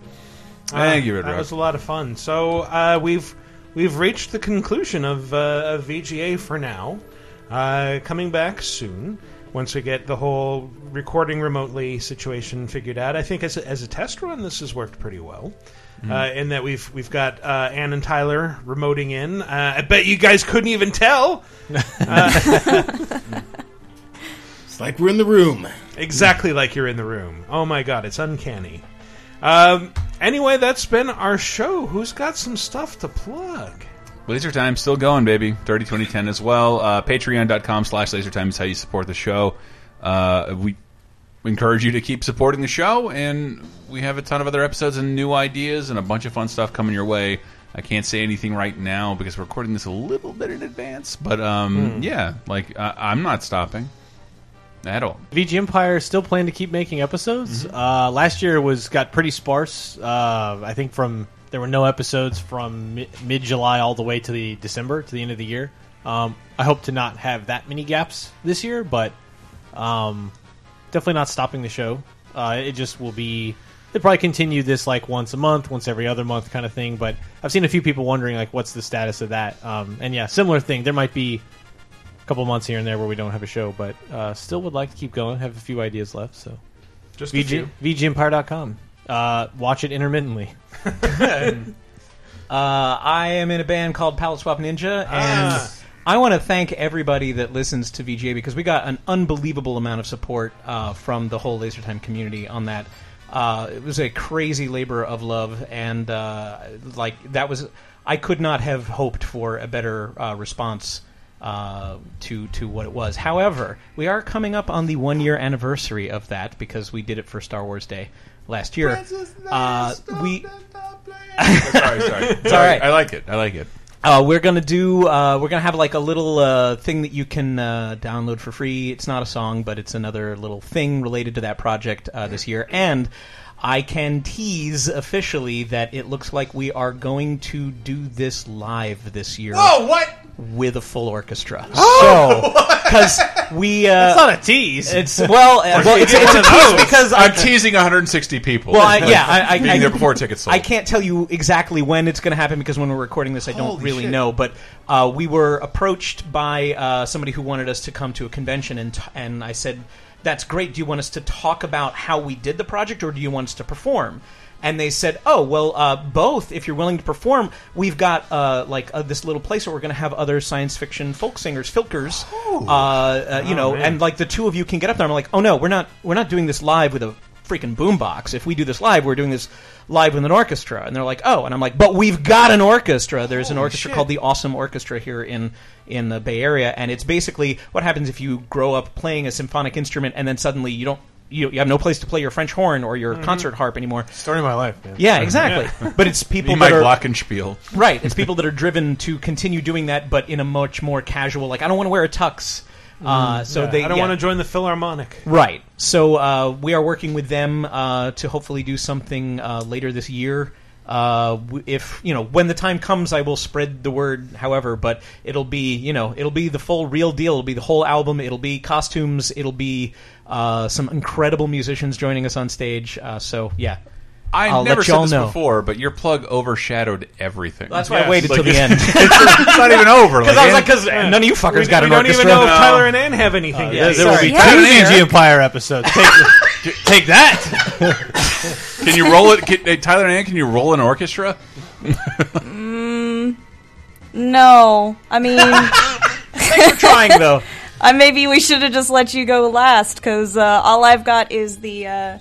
Speaker 1: Uh,
Speaker 12: Thank you, Red
Speaker 1: That
Speaker 12: Rock.
Speaker 1: was a lot of fun. So uh, we've we've reached the conclusion of, uh, of VGA for now. Uh, coming back soon once we get the whole recording remotely situation figured out. I think as a, as a test run, this has worked pretty well.
Speaker 12: Hmm.
Speaker 1: Uh, in that we've we've got uh, Ann and Tyler remoting in. Uh, I bet you guys couldn't even tell. Uh,
Speaker 4: It's like we're in the room.
Speaker 1: Exactly like you're in the room. Oh my god, it's uncanny. Um, anyway, that's been our show. Who's got some stuff to plug?
Speaker 12: Laser Time still going, baby. 30, 20, 10 as well. Uh, Patreon.com slash Laser Time is how you support the show. Uh, we encourage you to keep supporting the show, and we have a ton of other episodes and new ideas and a bunch of fun stuff coming your way. I can't say anything right now because we're recording this a little bit in advance, but um,
Speaker 3: Hmm.
Speaker 12: yeah, like I I'm not stopping at all. Mm-hmm.
Speaker 3: VG Empire still plan to keep making episodes. Uh, last year was got pretty sparse. Uh, I think from there were no episodes from mi- mid July all the way to the December to the end of the year. Um, I hope to not have that many gaps this year, but um, definitely not stopping the show. Uh, it just will be. They probably continue this like once a month, once every other month kind of thing. But I've seen a few people wondering like, what's the status of that? Um, and yeah, similar thing. There might be a couple months here and there where we don't have a show, but uh, still would like to keep going. Have a few ideas left, so
Speaker 1: Just a
Speaker 3: VG,
Speaker 1: few.
Speaker 3: VGEmpire.com. Uh, watch it intermittently.
Speaker 6: Uh, I am in a band called Palette Swap Ninja, and I want to thank everybody that listens to VGA because we got an unbelievable amount of support uh, from the whole Laser Time community on that. Uh, it was a crazy labor of love, and uh, like that was, I could not have hoped for a better uh, response uh, to to what it was. However, we are coming up on the one year anniversary of that because we did it for Star Wars Day last year. Uh, we
Speaker 12: sorry, sorry.
Speaker 6: it's all right.
Speaker 12: I like it. I like it.
Speaker 6: Uh, we're gonna do. Uh, we're gonna have like a little uh, thing that you can uh, download for free. It's not a song, but it's another little thing related to that project uh, this year. And I can tease officially that it looks like we are going to do this live this year.
Speaker 9: Whoa, what?
Speaker 6: With a full orchestra.
Speaker 9: Oh,
Speaker 6: so because we uh,
Speaker 3: That's not a tease.
Speaker 6: It's well, uh, well it's, it's a tease because I
Speaker 12: I'm
Speaker 6: can-
Speaker 12: teasing 160 people.
Speaker 6: well, I, yeah, I, I,
Speaker 12: being
Speaker 6: I,
Speaker 12: there before tickets sold.
Speaker 6: I can't tell you exactly when it's going to happen because when we're recording this, I don't
Speaker 12: Holy
Speaker 6: really
Speaker 12: shit.
Speaker 6: know. But uh, we were approached by uh, somebody who wanted us to come to a convention, and t- and I said, "That's great. Do you want us to talk about how we did the project, or do you want us to perform?" And they said, "Oh, well, uh, both. If you're willing to perform, we've got uh, like uh, this little place where we're going to have other science fiction folk singers, filkers, uh, uh, you
Speaker 17: Oh,
Speaker 6: know,
Speaker 17: man.
Speaker 6: and like the two of you can get up there." I'm like, "Oh no, we're not. We're not doing this live with a freaking boombox. If we do this live, we're doing this live with an orchestra." And they're like, "Oh," and I'm like, "But we've got an orchestra. There's an
Speaker 17: Holy
Speaker 6: orchestra
Speaker 17: shit.
Speaker 6: called the Awesome Orchestra here in in the Bay Area, and it's basically what happens if you grow up playing a symphonic instrument and then suddenly you don't." You, you have no place to play your French horn or your
Speaker 17: Mm-hmm.
Speaker 3: Mhm.
Speaker 6: concert harp anymore.
Speaker 3: Story of my life, man.
Speaker 6: Yeah, exactly.
Speaker 3: Yeah.
Speaker 6: But it's people
Speaker 12: Be
Speaker 6: that
Speaker 12: my
Speaker 6: are
Speaker 12: Glockenspiel.
Speaker 6: Right. It's people that are driven to continue doing that, but in a much more casual. Like I don't want to wear a tux. Uh, so
Speaker 1: Mm, Yeah,
Speaker 6: they
Speaker 1: I don't
Speaker 6: yeah.
Speaker 1: want to join the Philharmonic.
Speaker 6: Right. So uh, we are working with them uh, to hopefully do something uh, later this year. Uh, w- if you know when the time comes, I will spread the word. However, but it'll be you know it'll be the full real deal. It'll be the whole album. It'll be costumes. It'll be uh, some incredible musicians joining us on stage. Uh, so yeah,
Speaker 2: I
Speaker 6: will
Speaker 2: never
Speaker 6: let
Speaker 2: said
Speaker 6: y'all
Speaker 2: this
Speaker 6: know.
Speaker 2: before, but your plug overshadowed everything.
Speaker 6: That's why I waited till the end.
Speaker 2: it's not even over.
Speaker 6: Because I was like, because none of you fuckers
Speaker 1: we,
Speaker 6: got
Speaker 1: we
Speaker 6: an
Speaker 1: don't
Speaker 6: orchestra.
Speaker 1: even know if Tyler and Ann have anything.
Speaker 3: Uh,
Speaker 1: yet.
Speaker 3: there, there will be
Speaker 1: Sorry.
Speaker 3: two Angie Empire episodes. Take, take that.
Speaker 2: Can you roll it, can, hey, Tyler and Ann? Can you roll an orchestra?
Speaker 5: Mm, no, I mean. Thanks
Speaker 6: for trying, though.
Speaker 5: Uh, maybe we should have just let you go last because uh, all I've got is the uh,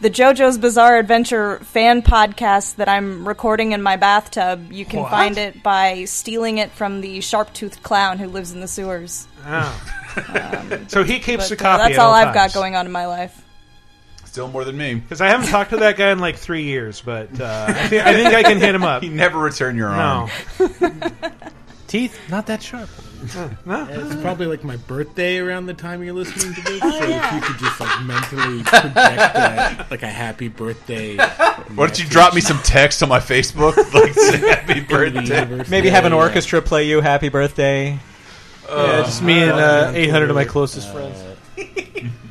Speaker 5: the JoJo's Bizarre Adventure fan podcast that I'm recording in my bathtub. You can
Speaker 1: What?
Speaker 5: find it by stealing it from the sharp toothed clown who lives in the sewers.
Speaker 1: Oh. Ah. so he keeps
Speaker 5: But,
Speaker 1: the
Speaker 5: uh,
Speaker 1: copy.
Speaker 5: that's
Speaker 1: at
Speaker 5: all, I've
Speaker 1: times.
Speaker 5: got going on in my life.
Speaker 2: Still more than me. Because
Speaker 1: I haven't talked to that guy in like three years, but uh, I, thi- I think I can hit him up.
Speaker 2: He never returned your arm.
Speaker 3: Teeth not that sharp.
Speaker 4: Uh, It's probably like my birthday around the time you're listening to
Speaker 5: Oh,
Speaker 4: this. so if you could just like mentally project that, like a happy birthday.
Speaker 2: Why don't you drop me some text on my Facebook? Like, say happy birthday.
Speaker 6: Maybe have an orchestra play you "Happy Birthday."
Speaker 3: yeah, just me and uh, 800 of my closest friends.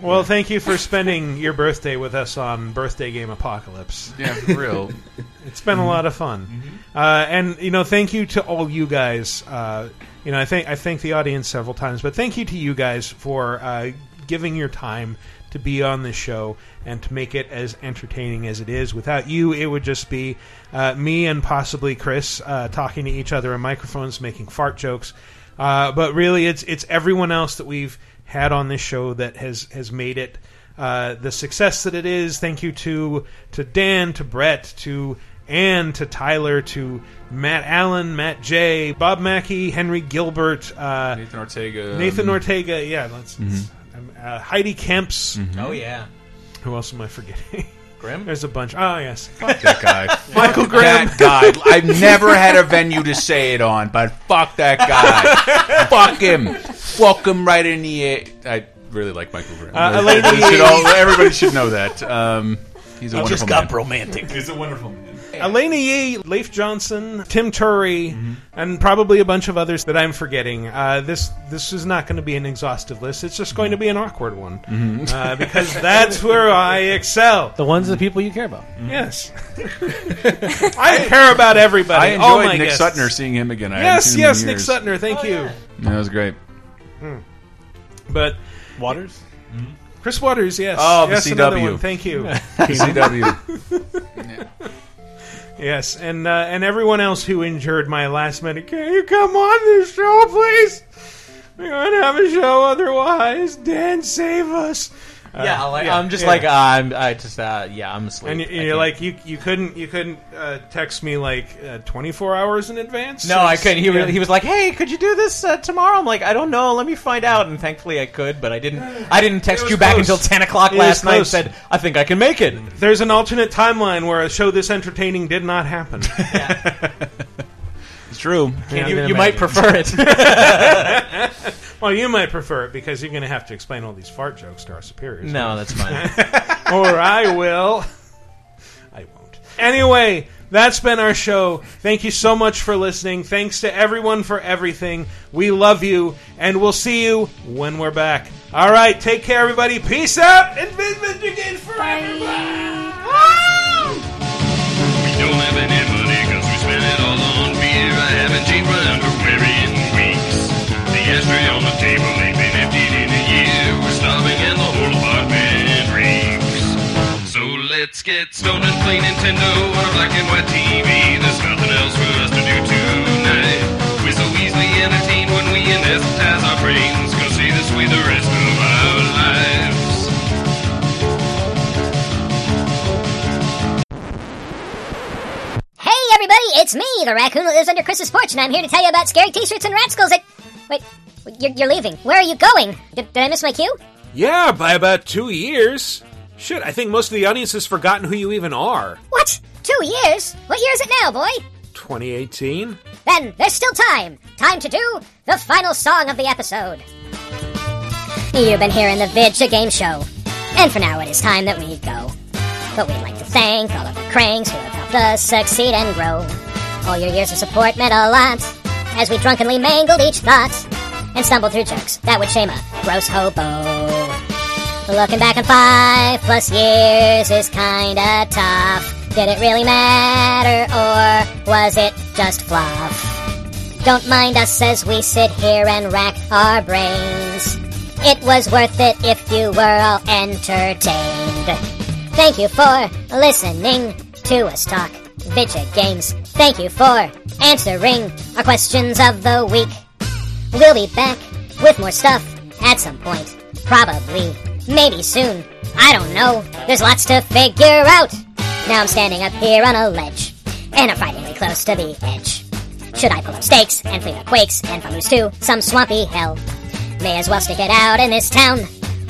Speaker 1: Well, thank you for spending your birthday with us on Birthday Game Apocalypse.
Speaker 2: Yeah, for real.
Speaker 1: it's been a lot of fun, uh, and you know, thank you to all you guys. Uh, you know, I think I thank the audience several times, but thank you to you guys for uh, giving your time to be on this show and to make it as entertaining as it is. Without you, it would just be uh, me and possibly Chris uh, talking to each other in microphones, making fart jokes. Uh, but really, it's it's everyone else that we've had on this show that has has made it uh, the success that it is. Thank you to to Dan, to Brett, to Ann, to Tyler, to Matt Allen, Matt J, Bob Mackey, Henry Gilbert, uh,
Speaker 2: Nathan Ortega. Mm-hmm.
Speaker 1: Nathan Ortega. Yeah, that's,
Speaker 2: Mhm.
Speaker 1: um, uh, Heidi Kemps.
Speaker 2: Mm-hmm.
Speaker 6: Oh yeah.
Speaker 1: Who else am I forgetting?
Speaker 6: Grimm.
Speaker 1: There's a bunch. Oh yes,
Speaker 2: Fuck that guy.
Speaker 1: Michael
Speaker 2: Fuck
Speaker 1: Grimm.
Speaker 2: That guy. I've never had a venue to say it on, but fuck that guy. fuck him. Fuck him right in the air. I really like Michael Grimm.
Speaker 1: Uh,
Speaker 2: They-
Speaker 1: Elaine-
Speaker 2: they should all- everybody should know that. Um, he's a
Speaker 1: It
Speaker 2: wonderful
Speaker 1: just got
Speaker 2: man.
Speaker 1: romantic.
Speaker 2: He's a wonderful man.
Speaker 1: Elena Yee, Leif Johnson, Tim Turry,
Speaker 2: Mm-hmm.
Speaker 1: and probably a bunch of others that I'm forgetting. Uh, this this is not going to be an exhaustive list. It's just going
Speaker 2: Mm-hmm.
Speaker 1: to be an awkward one
Speaker 3: Mhm.
Speaker 1: uh, because that's where I excel.
Speaker 3: The ones of the people you care about.
Speaker 1: Yes, Mm-hmm. I care about everybody.
Speaker 2: I enjoyed
Speaker 1: all my
Speaker 2: Nick
Speaker 1: guests.
Speaker 2: Sutner seeing him again. I haven't
Speaker 1: yes,
Speaker 2: seen him
Speaker 1: yes,
Speaker 2: in
Speaker 1: Nick
Speaker 2: years.
Speaker 1: Sutner. Thank
Speaker 6: Oh,
Speaker 1: you.
Speaker 2: That was great.
Speaker 1: But
Speaker 3: Waters,
Speaker 1: Chris Waters. Yes.
Speaker 2: Oh, the
Speaker 1: yes,
Speaker 2: CW.
Speaker 1: another one. Thank you.
Speaker 2: The CW.
Speaker 1: Yes, and uh, and everyone else who injured my last minute. Can you come on this show, please? We're gonna have a show otherwise. Dan, save us. Uh,
Speaker 6: yeah, like, I'm just
Speaker 1: yeah.
Speaker 6: like I'm. I just uh, yeah, I'm asleep.
Speaker 1: And you-
Speaker 6: I
Speaker 1: you're
Speaker 6: can't-
Speaker 1: like you you couldn't you couldn't uh, text me like uh, 24 hours in advance.
Speaker 6: no, I couldn't. He,
Speaker 1: Yeah.
Speaker 6: really, he was like, "Hey, could you do this uh, tomorrow?" I'm like, "I don't know. Let me find out." And thankfully, I could, but I didn't. I didn't text
Speaker 1: was
Speaker 6: you back
Speaker 1: close.
Speaker 6: until ten o'clock
Speaker 1: It was
Speaker 6: last night. and
Speaker 1: close.
Speaker 6: Said, "I think I can make it."
Speaker 1: There's an alternate timeline where a show this entertaining did not happen.
Speaker 2: It's true.
Speaker 1: Yeah,
Speaker 6: you
Speaker 1: I can
Speaker 6: you might prefer
Speaker 1: imagine.
Speaker 6: it.
Speaker 1: well, you might prefer it because you're going to have to explain all these fart jokes to our superiors.
Speaker 6: No, that's fine.
Speaker 1: or I will. I won't. Anyway, that's been our show. Thank you so much for listening. Thanks to everyone for everything. We love you, and we'll see you when we're back. All right, take care, everybody. Peace out. And Vince again for
Speaker 12: We don't have any money because we spent it all on beer. I haven't changed my underwear in weeks. The ashtray on the table ain't been emptied in a year. We're starving and the whole apartment reeks. So let's get stoned and play Nintendo on a black and white TV. There's nothing else for us to do tonight. We're so easily entertained when we anesthetize our brains. Gonna see this way the rest of our lives.
Speaker 17: Hey everybody, it's me, the raccoon that lives under Chris's porch, and I'm here to tell you about scary t-shirts and rat skulls at... Wait, you're, you're leaving. Where are you going? Did, did I miss my cue?
Speaker 18: Yeah, by about two years. Shit, I think most of the audience has forgotten who you even are.
Speaker 17: What? Two years? What year is it now, boy?
Speaker 18: 2018?
Speaker 17: Then there's still time. Time to do the final song of the episode. You've been hearing the Vidja Game Show, and for now it is time that we go. But we'd like to thank all of the cranks who have the succeed and grow. All your years of support meant a lot as we drunkenly mangled each thought and stumbled through jokes that would shame a gross hobo. Looking back on five plus years is kinda tough. Did it really matter or was it just fluff? Don't mind us as we sit here and rack our brains. It was worth it if you were all entertained. Thank you for listening to us talk video games. Thank you for answering our questions of the week. We'll be back with more stuff at some point. Probably. Maybe soon. I don't know. There's lots to figure out. Now I'm standing up here on a ledge, and I'm frighteningly close to the edge. Should I pull up stakes and flee the quakes and from loose to some swampy hell? May as well stick it out in this town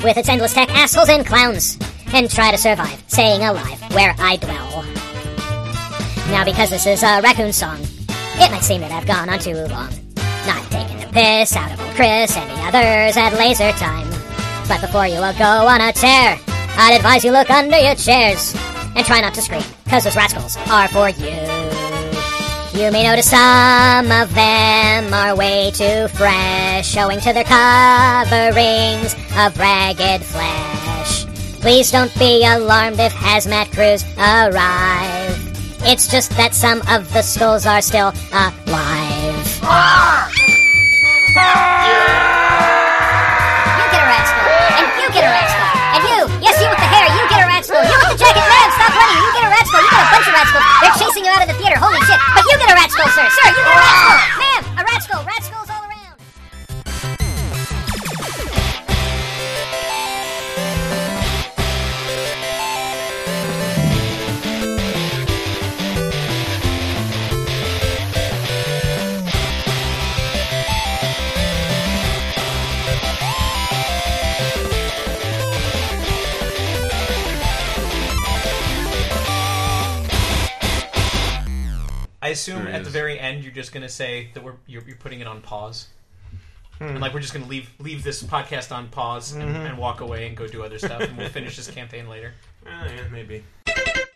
Speaker 17: with its endless tech assholes and clowns, and try to survive, staying alive where I dwell. Now, because this is a raccoon song, it might seem that I've gone on too long. Not taking the piss out of old Chris and the others at laser time. But before you all go on a tear, I'd advise you look under your chairs and try not to scream, because those rascals are for you. You may notice some of them are way too fresh, owing to their coverings of ragged flesh. Please don't be alarmed if hazmat crews arrive. It's just that some of the skulls are still alive.
Speaker 9: You
Speaker 17: get a rat skull. And you get a rat skull. And you, yes, you with the hair, you get a rat skull. You with the jacket, man, stop running. You get a rat skull. You got a bunch of rat skulls. They're chasing you out of the theater. Holy shit! But you get a rat skull, sir. Sir, you get a rat skull. Ma'am, a rat skull. Rat skulls all around.
Speaker 6: I assume
Speaker 2: There he
Speaker 6: at the
Speaker 2: is.
Speaker 6: very end you're just going to say that we're you're, you're putting it on pause,
Speaker 1: Hmm.
Speaker 6: and like we're just going to leave leave this podcast on pause and,
Speaker 1: Mhm.
Speaker 6: and walk away and go do other stuff, and we'll finish this campaign later.
Speaker 1: yeah, Uh, maybe.